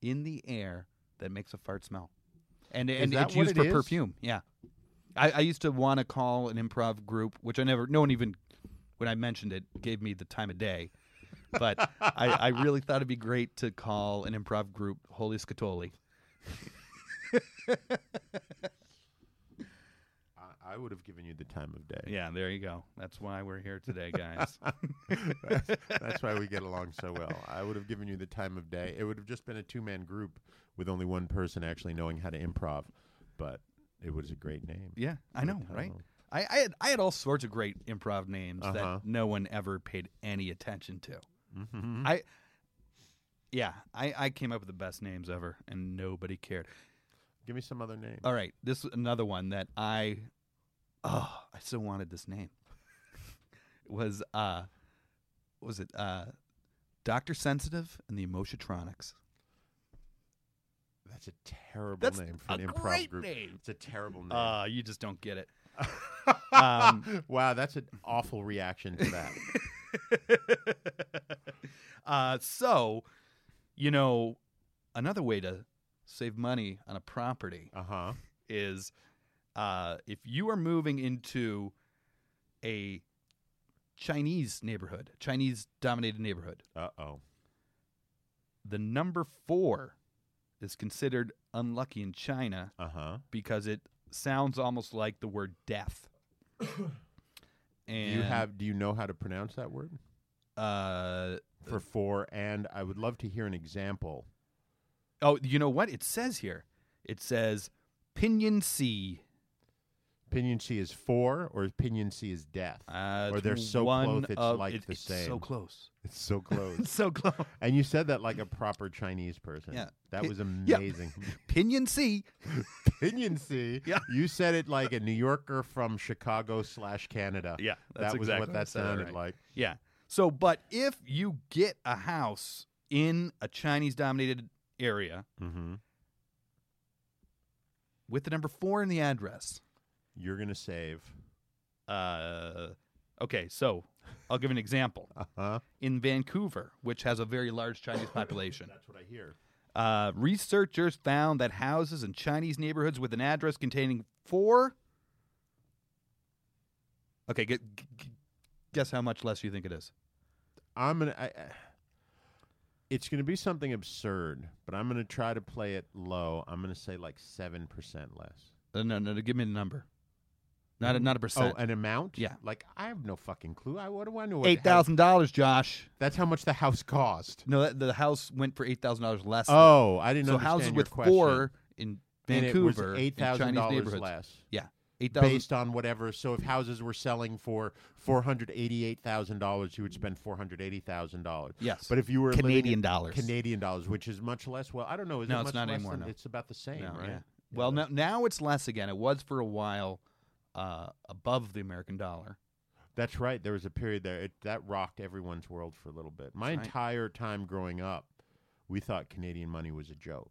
F: in the air that makes a fart smell, and and
E: that
F: it's
E: what
F: used
E: it
F: for
E: is?
F: perfume. Yeah, I, I used to want to call an improv group, which I never. No one even when I mentioned it gave me the time of day. But I, I really thought it'd be great to call an improv group Holy Scatoli.
E: I, I would have given you the time of day.
F: Yeah, there you go. That's why we're here today, guys.
E: That's why we get along so well. I would have given you the time of day. It would have just been a two man group with only one person actually knowing how to improv, but it was a great name.
F: yeah, I know, right? I, I had I had all sorts of great improv names
E: Uh-huh.
F: that no one ever paid any attention to. I yeah, I, I came up with the best names ever, and nobody cared.
E: Give me some other name.
F: All right, this is another one that I oh I so wanted this name was uh what was it uh Doctor Sensitive and the Emotitronics.
E: That's a terrible
F: That's
E: name for an
F: a
E: improv
F: great
E: group.
F: name.
E: It's a terrible name.
F: Uh, you just don't get it. um,
E: wow, that's an awful reaction to that.
F: uh, so, you know, another way to save money on a property
E: uh huh.
F: is uh, if you are moving into a Chinese neighborhood, Chinese dominated neighborhood,
E: Uh oh.
F: the number four is considered unlucky in China
E: Uh huh.
F: because it sounds almost like the word death.
E: Do
F: and
E: you have? Do you know how to pronounce that word
F: uh,
E: for four? And I would love to hear an example.
F: Oh, you know what? It says here. It says Pinion C.
E: Pinion C is four, or Pinion C is death,
F: Uh,
E: or
F: it's
E: they're so
F: one
E: close it's
F: of-
E: like
F: it-
E: the
F: it's
E: same.
F: So close.
E: It's so
F: It's
E: close.
F: so close.
E: and you said that like a proper Chinese person.
F: Yeah.
E: That
F: Pi-
E: was
F: yeah.
E: amazing.
F: Pinion C.
E: Pinion C.
F: Yeah.
E: You said it like a New Yorker from Chicago slash Canada.
F: Yeah, that's
E: that was
F: exactly
E: what
F: what I
E: that
F: said,
E: sounded
F: right.
E: like.
F: Yeah. So, but if you get a house in a Chinese dominated area
E: Mm-hmm.
F: with the number four in the address,
E: You're gonna save.
F: uh, okay, so I'll give an example.
E: Uh huh.
F: In Vancouver, which has a very large Chinese population,
E: That's what I hear.
F: Uh, researchers found that houses in Chinese neighborhoods with an address containing four. Okay, gu- gu- gu- guess how much less you think it is.
E: I'm gonna. I, I- it's gonna be something absurd, but I'm gonna try to play it low. I'm gonna say like seven percent less.
F: Uh, no, no, no, give me the number. Not a, not a percent.
E: Oh, an amount?
F: Yeah.
E: Like I have no fucking clue. I what do I know? what-
F: Eight
E: how-
F: thousand dollars, Josh.
E: That's how much the house cost.
F: No, that, the house went for eight thousand dollars less. than-
E: Oh, I didn't
F: so
E: understand
F: houses
E: your
F: with
E: question.
F: four in
E: And it was
F: Vancouver,
E: eight
F: in
E: thousand
F: Chinese
E: dollars
F: neighborhoods.
E: less.
F: Yeah, eight thousand.
E: Based on whatever, so if houses were selling for four hundred eighty-eight thousand dollars, you would spend four hundred eighty thousand dollars.
F: Yes.
E: but if you were living
F: Canadian
E: in
F: dollars.
E: Canadian dollars, which is much less. Well, I don't know. Is
F: No,
E: it
F: it's
E: much
F: not
E: less
F: anymore,
E: than-
F: no.
E: It's about the same,
F: No,
E: right?
F: yeah.
E: Yeah,
F: Well, no,
E: that's-
F: now it's less again. It was for a while uh, above the American dollar.
E: That's right. There was a period there it, that rocked everyone's world for a little bit. My
F: That's right.
E: entire time growing up, we thought Canadian money was a joke,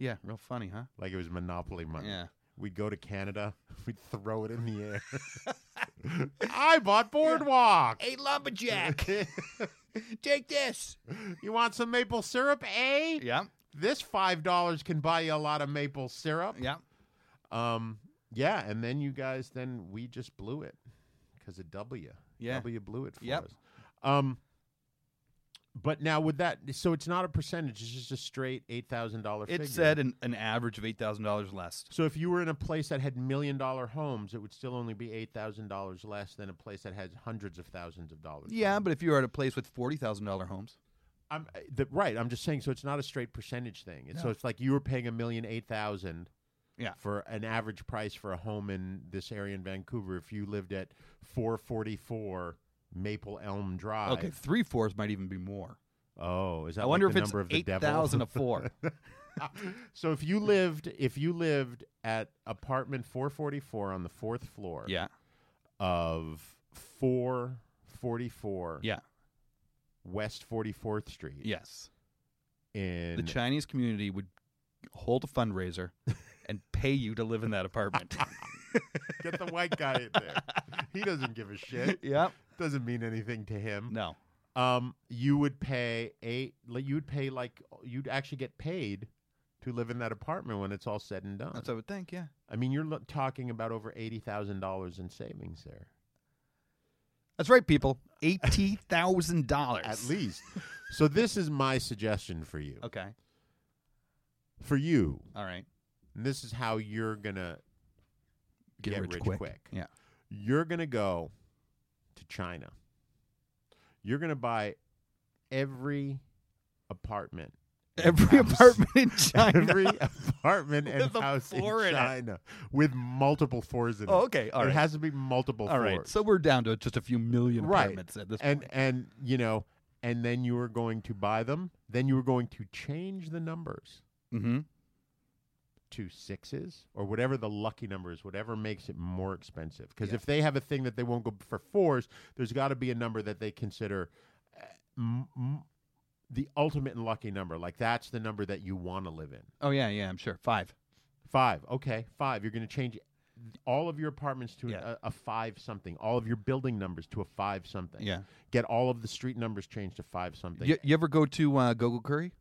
F: Yeah, real funny, huh?
E: like it was monopoly money.
F: Yeah.
E: We'd go to Canada, We'd throw it in the air. I bought Boardwalk.
G: Hey, lumberjack, take this.
E: You want some maple syrup, eh?
F: Yeah.
E: This five dollars can buy you a lot of maple syrup.
F: Yeah.
E: Um, yeah, and then you guys, then we just blew it because of W.
F: Yeah.
E: W blew it for
F: Yep.
E: us. Um, but now with that, so it's not a percentage; it's just a straight eight thousand dollar.
F: It said an, an average of eight thousand dollars less.
E: So if you were in a place that had million dollar homes, it would still only be eight thousand dollars less than a place that has hundreds of thousands of dollars.
F: Yeah, but if you were at a place with forty thousand dollar homes,
E: I'm uh, the, right. I'm just saying. So it's not a straight percentage thing. It's So it's like you were paying a million eight thousand.
F: Yeah.
E: For an average price for a home in this area in Vancouver, if you lived at four forty four Maple Elm Drive.
F: okay, three fours might even be more.
E: Oh, is that
F: I wonder
E: like
F: if
E: the
F: it's
E: number of the
F: eight
E: devil?
F: thousand a four.
E: so if you lived if you lived at apartment four forty four on the fourth floor.
F: yeah,
E: Of four forty four.
F: yeah,
E: West Forty Fourth Street.
F: yes.
E: In
F: The Chinese community would hold a fundraiser and pay you to live in that apartment.
E: Get the white guy in there. He doesn't give a shit.
F: yep.
E: Doesn't mean anything to him.
F: No.
E: Um, you would pay eight. Like you would pay like you'd actually get paid to live in that apartment when it's all said and done.
F: That's what I would think. Yeah.
E: I mean, you're lo- talking about over eighty thousand dollars in savings there,
F: That's right, people. Eighty thousand dollars
E: at least. so this is my suggestion for you.
F: Okay.
E: For you,
F: All right.
E: and this is how you're gonna get, rich, quick.
F: Yeah.
E: you're going to go to China. You're going to buy every apartment. and
F: Every
E: house.
F: apartment in China.
E: Every apartment and
F: With a
E: house in
F: four in it.
E: China with multiple fours in it.
F: Oh, okay. All
E: it
F: right.
E: has to be multiple
F: All
E: fours.
F: right. So we're down to just a few million
E: Right.
F: apartments at this
E: and
F: point.
E: and you know, and then you were going to buy them. Then you were going to change the numbers
F: mm-hmm.
E: to sixes or whatever the lucky number is, whatever makes it more expensive. Because if they have a thing that they won't go for fours, there's got to be a number that they consider uh, m- m- the ultimate and lucky number. Like that's the number that you want to live in.
F: Oh yeah, yeah. I'm sure. Five.
E: Five. Okay, five. You're going to change all of your apartments to
F: Yeah.
E: a, a five something, all of your building numbers to a five something.
F: Yeah.
E: Get all of the street numbers changed to five something.
F: You, you ever go to uh, Gogo Curry?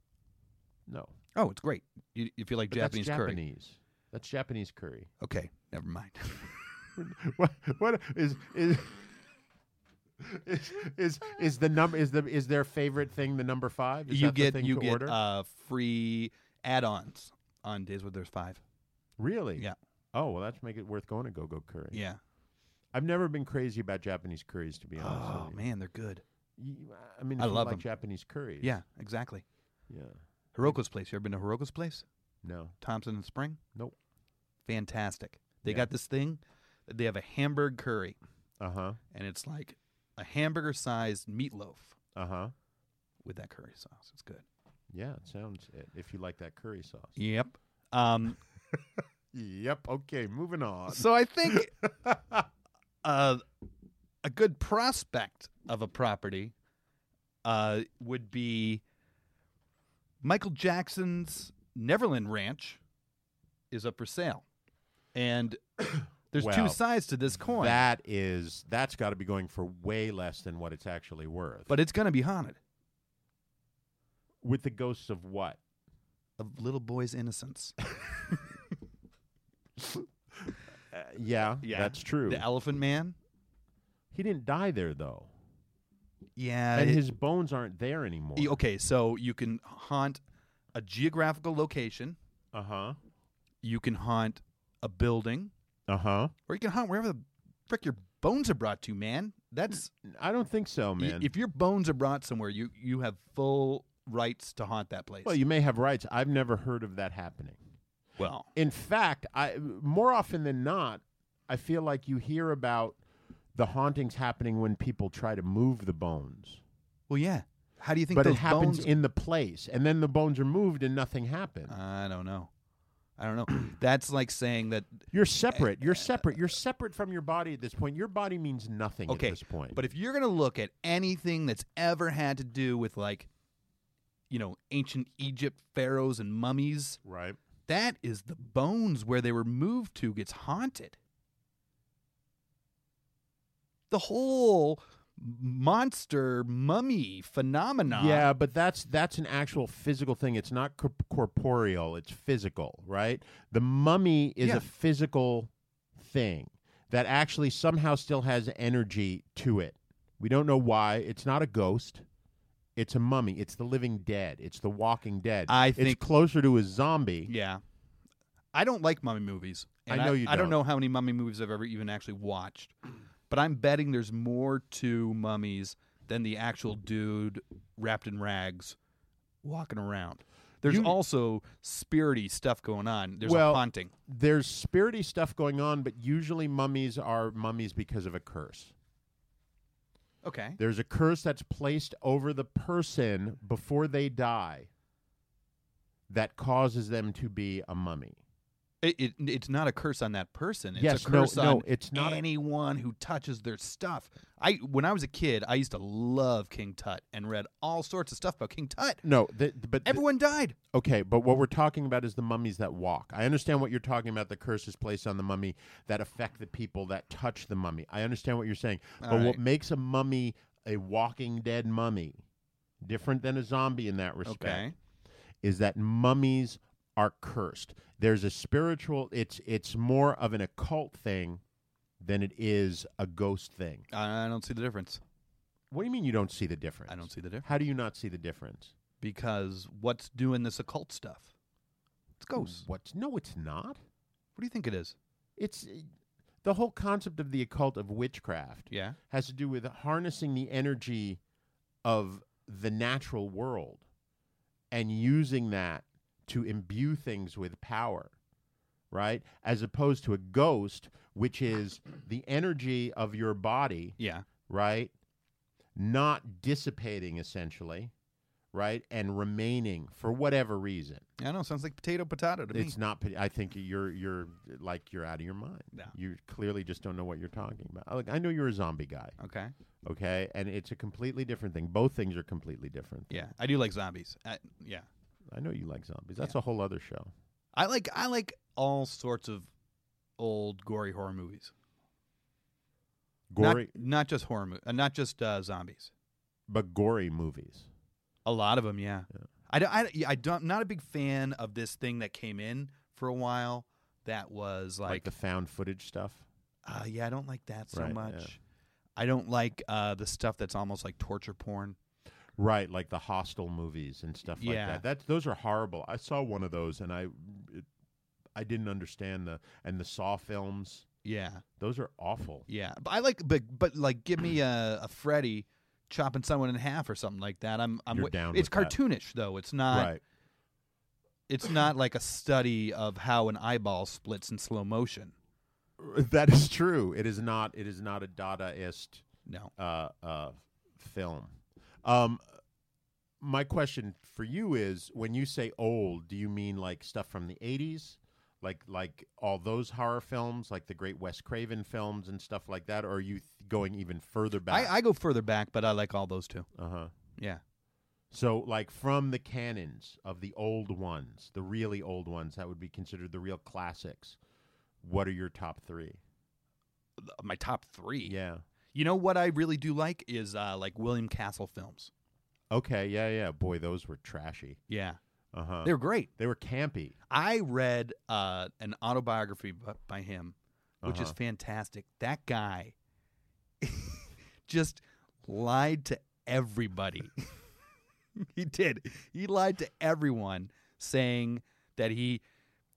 E: No.
F: Oh, it's great. You, if you like
E: But
F: Japanese,
E: that's
F: curry.
E: Japanese. That's Japanese curry.
F: Okay, never mind.
E: what what is is is is, is the number is the is their favorite thing the number five? Is
F: you
E: that the
F: get
E: thing
F: you
E: to
F: get
E: order?
F: uh, free add-ons on days where there's five.
E: really
F: yeah.
E: Oh well, that's make it worth going to Go Go Curry.
F: Yeah.
E: I've never been crazy about Japanese curries to be honest.
F: Oh
E: with you.
F: man, they're good.
E: You- I mean, if
F: I
E: you
F: love
E: like
F: 'em.
E: Japanese curries.
F: Yeah, exactly.
E: yeah.
F: Hiroko's place. You ever been to Hiroko's place?
E: No,
F: Thompson and Spring.
E: nope.
F: Fantastic. They
E: Yeah.
F: got this thing. that They have a hamburg curry,
E: Uh huh.
F: and it's like a hamburger-sized meatloaf
E: Uh huh.
F: with that curry sauce. It's good.
E: Yeah, it sounds it. If you like that curry sauce.
F: Yep. Um,
E: Yep. Okay, moving on.
F: So I think uh, a good prospect of a property uh, would be Michael Jackson's Neverland Ranch is up for sale, and there's two
E: Well,
F: sides to this coin,
E: That is that's got to be going for way less than what it's actually worth.
F: but it's going to be haunted
E: with the ghosts of what?
F: of little boy's innocence.
E: Yeah, that's true.
F: The Elephant Man.
E: he didn't die there though,
F: Yeah.
E: and
F: Uh, it-
E: his bones aren't there anymore.
F: y- okay, so you can haunt a geographical location.
E: Uh huh.
F: You can haunt a building.
E: Uh huh.
F: or you can hunt wherever the frick your bones are brought to, man. That's
E: I don't think so,
F: y-
E: man.
F: E, if your bones are brought somewhere, you you have full rights to haunt that place.
E: well, you may have rights. I've never heard of that happening.
F: well,
E: In fact, I more often than not, I feel like you hear about the hauntings happening when people try to move the bones,
F: well, yeah. How do you think
E: but
F: those
E: it happens
F: bones? Uh,
E: in the place, and then the bones are moved and nothing happened.
F: I don't know. I don't know. That's like saying that.
E: you're separate.
F: eh,
E: You're separate. You're separate from your body at this point. Your body means nothing
F: Okay,
E: at this point.
F: but if you're gonna look at anything that's ever had to do with like, you know, ancient Egypt pharaohs and mummies,
E: right.
F: that is the bones where they were moved to gets haunted. the whole monster mummy phenomenon.
E: Yeah, but that's that's an actual physical thing. It's not cor- corporeal. It's physical, right? The mummy is
F: Yeah.
E: a physical thing that actually somehow still has energy to it. We don't know why. It's not a ghost. It's a mummy. It's the living dead. It's the walking dead.
F: I
E: it's
F: think-
E: closer to a zombie.
F: Yeah. I don't like mummy movies.
E: I
F: and
E: know you
F: I don't
E: don't.
F: know how many mummy movies I've ever even actually watched, but I'm betting there's more to mummies than the actual dude wrapped in rags walking around. There's
E: You-
F: also spirity stuff going on. There's
E: Well,
F: a haunting.
E: There's spirity stuff going on, but usually mummies are mummies because of a curse.
F: Okay.
E: There's a curse that's placed over the person before they die that causes them to be a mummy.
F: It, it, it's not a curse on that person. It's
E: Yes,
F: a
E: no,
F: curse
E: no,
F: on
E: it's not a-
F: anyone who touches their stuff. I when I was a kid, I used to love King Tut and read all sorts of stuff about King Tut.
E: No, th- th- but th-
F: Everyone died.
E: okay, but what we're talking about is the mummies that walk. I understand what you're talking about. The curse is placed on the mummy that affect the people that touch the mummy. I understand what you're saying, but
F: All
E: what
F: right.
E: makes a mummy a walking dead mummy different than a zombie in that respect?
F: Okay.
E: is that mummies are cursed. There's a spiritual it's it's more of an occult thing than it is a ghost thing.
F: I I don't see the difference.
E: What do you mean you don't see the difference?
F: I don't see the difference
E: How do you not see the difference?
F: because what's doing this occult stuff? It's ghosts.
E: What's no it's not.
F: What do you think it is?
E: It's the whole concept of the occult of witchcraft
F: Yeah.
E: has to do with harnessing the energy of the natural world and using that to imbue things with power, right? As opposed to a ghost, which is the energy of your body,
F: Yeah.
E: right? Not dissipating essentially, right? And remaining for whatever reason.
F: I don't know. Sounds like potato potato to
E: It's
F: me.
E: not. I think you're you're like you're out of your mind.
F: Yeah.
E: You clearly just don't know what you're talking about. Like I know you're a zombie guy
F: Okay.
E: okay and it's a completely different thing both things are completely different
F: Yeah. I do like zombies. I, yeah.
E: i know you like zombies that's a whole other show
F: I like I like all sorts of old gory horror movies.
E: gory
F: Not, not just horror movies. Uh, not just uh, zombies.
E: but gory movies
F: A lot of them, yeah. I don't, I, yeah, I don't, I'm not a big fan of this thing that came in for a while that was
E: like,
F: like,
E: the found footage stuff
F: uh, yeah, I don't like that so
E: Right, yeah.
F: much. I don't like uh, the stuff that's almost like torture porn.
E: right like the hostile movies and stuff like
F: Yeah.
E: that that's those are horrible i saw one of those and i it, i didn't understand the and the saw films
F: Yeah.
E: those are awful
F: Yeah, but I like, but but like, give me a, a Freddy chopping someone in half or something like that. I'm I'm
E: You're
F: wi-
E: down
F: It's
E: with that.
F: cartoonish though. It's not.
E: right
F: It's not like a study of how an eyeball splits in slow motion.
E: that is true it is not it is not a dadaist
F: No.
E: uh, uh, film. Um, my question for you is: When you say old, do you mean like stuff from the '80s, like like all those horror films, like the Great Wes Craven films and stuff like that, or are you th- going even further back?
F: I, I go further back, but I like all those too.
E: uh huh.
F: Yeah.
E: So, like from the canons of the old ones, the really old ones that would be considered the real classics. What are your top three?
F: My top three.
E: Yeah.
F: You know what I really do like is uh, like William Castle films.
E: Okay. Yeah. Yeah. Boy, those were trashy.
F: Yeah.
E: Uh huh.
F: They were great.
E: They were campy.
F: I read uh, an autobiography bu- by him, which is
E: Uh-huh.
F: fantastic. That guy just lied to everybody. he did. He lied to everyone, saying that he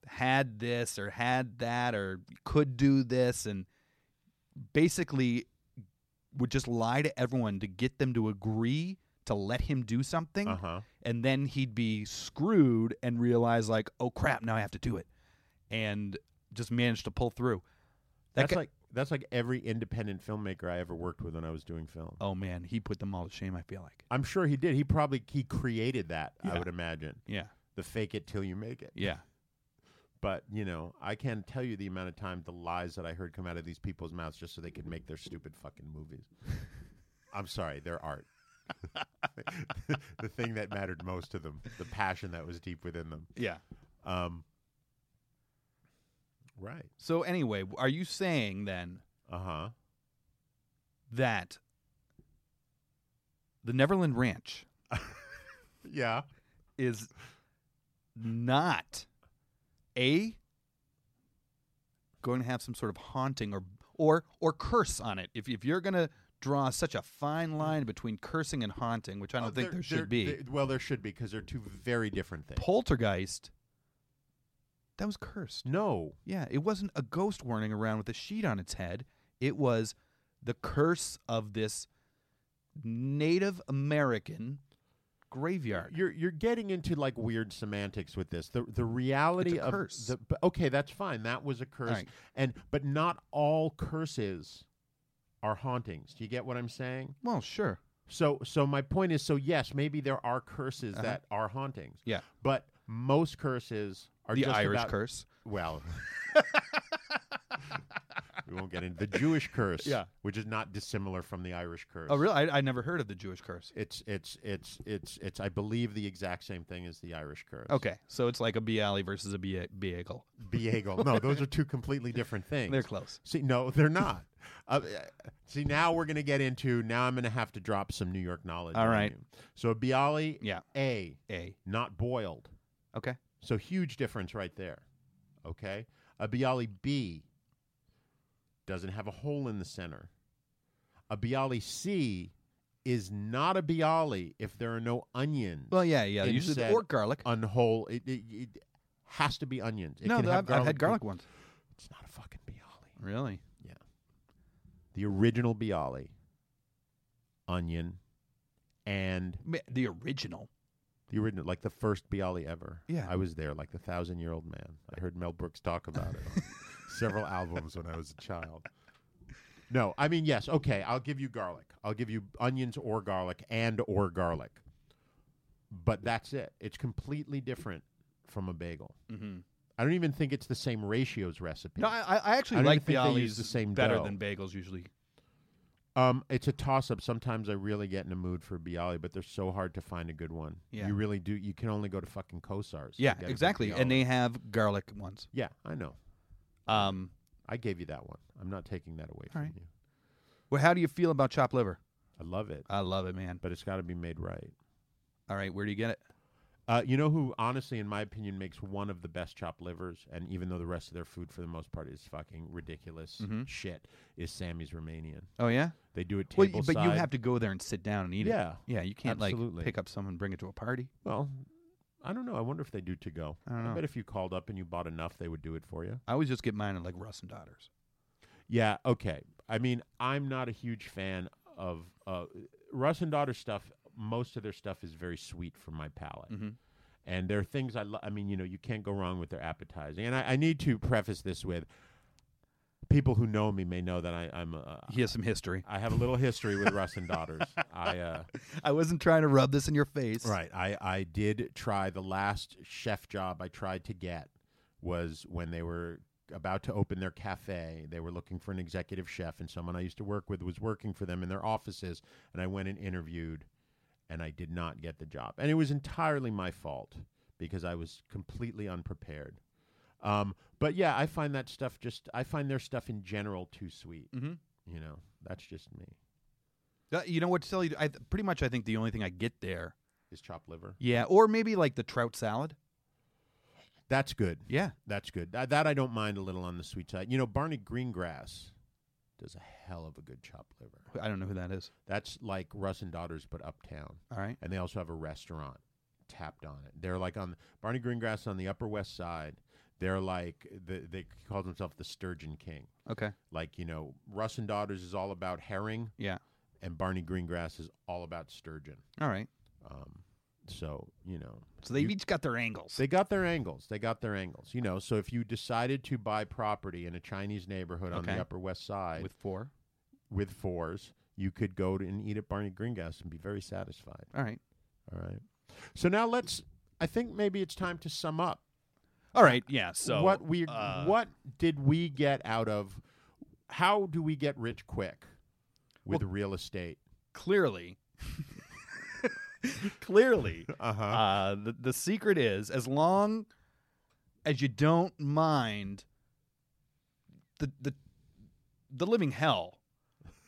F: had this or had that or could do this, and basically would just lie to everyone to get them to agree to let him do something
E: Uh huh.
F: and then he'd be screwed and realize like, oh crap, now I have to do it, and just managed to pull through. That
E: That's
F: guy-
E: like that's like every independent filmmaker I ever worked with when I was doing film.
F: oh man, he put them all to shame. I feel like,
E: I'm sure he did. He probably he created that. I
F: Yeah.
E: would imagine
F: yeah,
E: the fake it till you make it.
F: yeah,
E: But you know, I can't tell you the amount of time the lies that I heard come out of these people's mouths just so they could make their stupid fucking movies. I'm sorry, their art. the thing that mattered most to them, the passion that was deep within them.
F: yeah.
E: Um, right. Uh-huh.
F: So anyway, are you saying then
E: Uh huh.
F: that the Neverland Ranch
E: Yeah.
F: is not a going to have some sort of haunting or or or curse on it. If if you're going to draw such a fine line between cursing and haunting, which I don't
E: Uh,
F: think there, should
E: there-
F: be.
E: there- well, there should be because they're two very different things.
F: Poltergeist that was cursed.
E: no.
F: Yeah, it wasn't a ghost running around with a sheet on its head. It was the curse of this Native American graveyard.
E: You're you're getting into like weird semantics with this. The the reality
F: It's a
E: of
F: curse.
E: the but- okay, that's fine. That was a curse,
F: right.
E: and but not all curses are hauntings. Do you get what I'm saying?
F: well, sure.
E: So so my point is, so yes, maybe there are curses
F: Uh-huh.
E: that are hauntings.
F: Yeah.
E: but most curses are
F: the
E: just
F: Irish
E: about-
F: curse.
E: Well. We won't get into the Jewish curse,
F: Yeah.
E: which is not dissimilar from the Irish curse.
F: Oh, really? I, I never heard of the Jewish curse.
E: It's it's it's it's it's I believe the exact same thing as the Irish curse.
F: Okay, so it's like a Bialy versus a Bia- Beagle.
E: Biegel. No, those are two completely different things.
F: They're close.
E: See, no, they're not. Uh, see, now we're gonna get into. Now I'm gonna have to drop some New York knowledge.
F: All
E: on
F: right.
E: you. So Bialy,
F: Yeah.
E: a
F: A.
E: not boiled.
F: Okay.
E: So huge difference right there. Okay, a Bialy B doesn't have a hole in the center. A Bialy C is not a Bialy if there are no onions.
F: Well, yeah, yeah. Usually the
E: Instead-
F: or garlic.
E: on whole. It, it, it has to be onions. It
F: no,
E: can
F: th-
E: have
F: I've, I've had
E: garlic.
F: garlic ones.
E: It's not a fucking bialy.
F: Really?
E: Yeah. The original bialy, onion, and
F: Ma- The original.
E: the original, like the first bialy ever.
F: Yeah.
E: I was there, like the thousand year old man. I heard Mel Brooks talk about it on several albums when I was a child. No, I mean yes. Okay, I'll give you garlic. I'll give you onions or garlic and or garlic. But that's it. It's completely different from a bagel.
F: Mm-hmm.
E: I don't even think it's the same ratios recipe.
F: No, I, I- I actually
E: I don't
F: like
E: even think they use
F: Bialys
E: the same
F: better
E: dough.
F: than bagels usually.
E: Um, it's a toss up. Sometimes I really get in a mood for Bialy, but they're so hard to find a good one.
F: Yeah.
E: You really do. You can only go to fucking Kosars. to
F: Yeah,
E: get a good
F: exactly. And
E: Bialy.
F: they have garlic ones.
E: Yeah, I know.
F: Um,
E: I gave you that one. I'm not taking that away from
F: right.
E: you.
F: well, how do you feel about chopped liver?
E: I love it,
F: I love it, man.
E: but it's got to be made right.
F: All right, where do you get it?
E: Uh, you know who, honestly, in my opinion, makes one of the best chopped livers, and even though the rest of their food, for the most part, is fucking ridiculous
F: Mhm.
E: shit, is Sammy's Romanian.
F: Oh yeah.
E: They do it
F: Well,
E: table
F: y- but you have to go there and sit down and eat
E: Yeah,
F: it. Yeah. You can't
E: absolutely.
F: like pick up someone and bring it to a party.
E: Well, I don't know. I wonder if they do to go.
F: I don't know.
E: bet if you called up and you bought enough, they would do it for you.
F: I always just get mine at like Russ and Daughters.
E: Yeah. Okay. I mean, I'm not a huge fan of uh, Russ and Daughter stuff. Most of their stuff is very sweet for my palate. And there are things I love. I mean, you know, you can't go wrong with their appetizing. And I, I need to preface this with people who know me may know that I, I'm a,
F: He has some history.
E: I have a little history with Russ and Daughters. I uh,
F: I wasn't trying to rub this in your face.
E: Right. I, I did try the last chef job I tried to get was when they were about to open their cafe. They were looking for an executive chef, and someone I used to work with was working for them in their offices. And I went and interviewed, and I did not get the job. And it was entirely my fault because I was completely unprepared. Um, but yeah, I find that stuff just, I find their stuff in general too sweet.
F: Mhm.
E: You know, that's just me.
F: Uh, You know what to tell you? I, pretty much, I think the only thing I get there.
E: Is chopped liver.
F: Yeah, or maybe like the trout salad.
E: That's good.
F: Yeah.
E: That's good. That, that I don't mind a little on the sweet side. You know, Barney Greengrass does a hell of a good chopped liver.
F: I don't know who that is.
E: That's like Russ and Daughters, but uptown.
F: All right.
E: And they also have a restaurant tapped on it. They're like on Barney Greengrass on the Upper West Side. They're like the, they call themselves the Sturgeon King.
F: Okay.
E: Like you know, Russ and Daughters is all about herring,
F: Yeah.
E: and Barney Greengrass is all about sturgeon.
F: All right.
E: Um, so you know,
F: So they've
E: You-
F: each got their angles.
E: They got their angles. They got their angles. You know, so if you decided to buy property in a Chinese neighborhood on
F: Okay.
E: the Upper West Side
F: with
E: with,
F: four.
E: fours, you could go to and eat at Barney Greengrass and be very satisfied.
F: All right.
E: All right. So now let's. I think maybe it's time to sum up
F: All right. Yeah. So
E: what we
F: uh,
E: what did we get out of how do we get rich quick with real estate?
F: clearly, clearly,
E: Uh-huh.
F: uh, the the secret is as long as you don't mind the the the living hell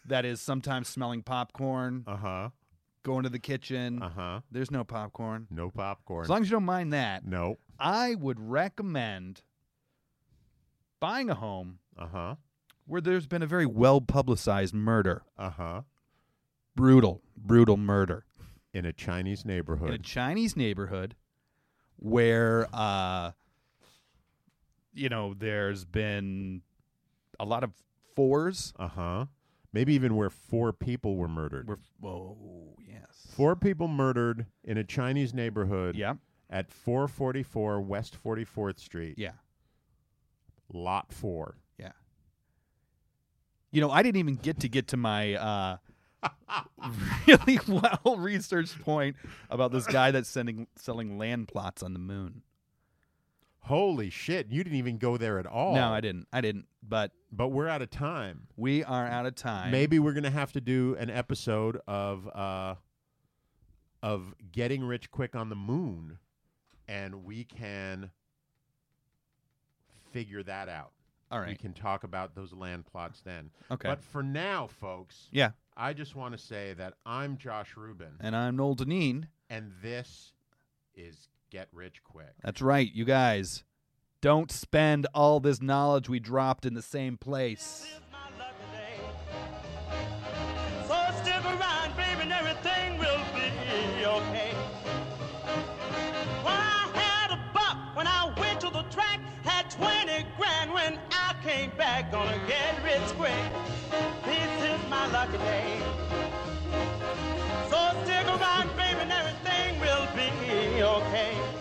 F: that is sometimes smelling popcorn,
E: Uh huh.
F: going to the kitchen.
E: Uh huh.
F: There's no popcorn.
E: No popcorn.
F: As long as you don't mind that,
E: no.
F: I would recommend buying a home
E: Uh huh.
F: where there's been a very well publicized murder.
E: Uh huh.
F: Brutal, brutal murder.
E: In a Chinese
F: in a
E: neighborhood.
F: Chinese neighborhood where uh you know there's been a lot of fours
E: Uh huh. Maybe even where four people were murdered.
F: were whoa yes
E: four people murdered in a Chinese neighborhood.
F: yeah
E: At 444 West 44th Street.
F: yeah
E: Lot four.
F: yeah you know I didn't even get to get to my uh really well researched point about this guy that's sending selling land plots on the moon
E: Holy shit! You didn't even go there at all.
F: no I didn't I didn't but
E: But we're out of time.
F: we are out of time
E: Maybe we're gonna have to do an episode of uh, of getting rich quick on the moon, and we can figure that out.
F: all
E: We
F: right
E: can talk about those land plots then.
F: Okay.
E: But for now, folks,
F: yeah
E: I just want to say that I'm Josh Rubin,
F: and I'm Noel Deneen.
E: and this is Get Rich Quick.
F: That's right, you guys. Don't spend all this knowledge we dropped in the same place.
D: This is my lucky day. So stick around, baby, and everything will be okay. When I had a buck, when I went to the track, had 20 grand when I came back, gonna get rich quick. This is my lucky day. So stick around, baby, and everything will be okay.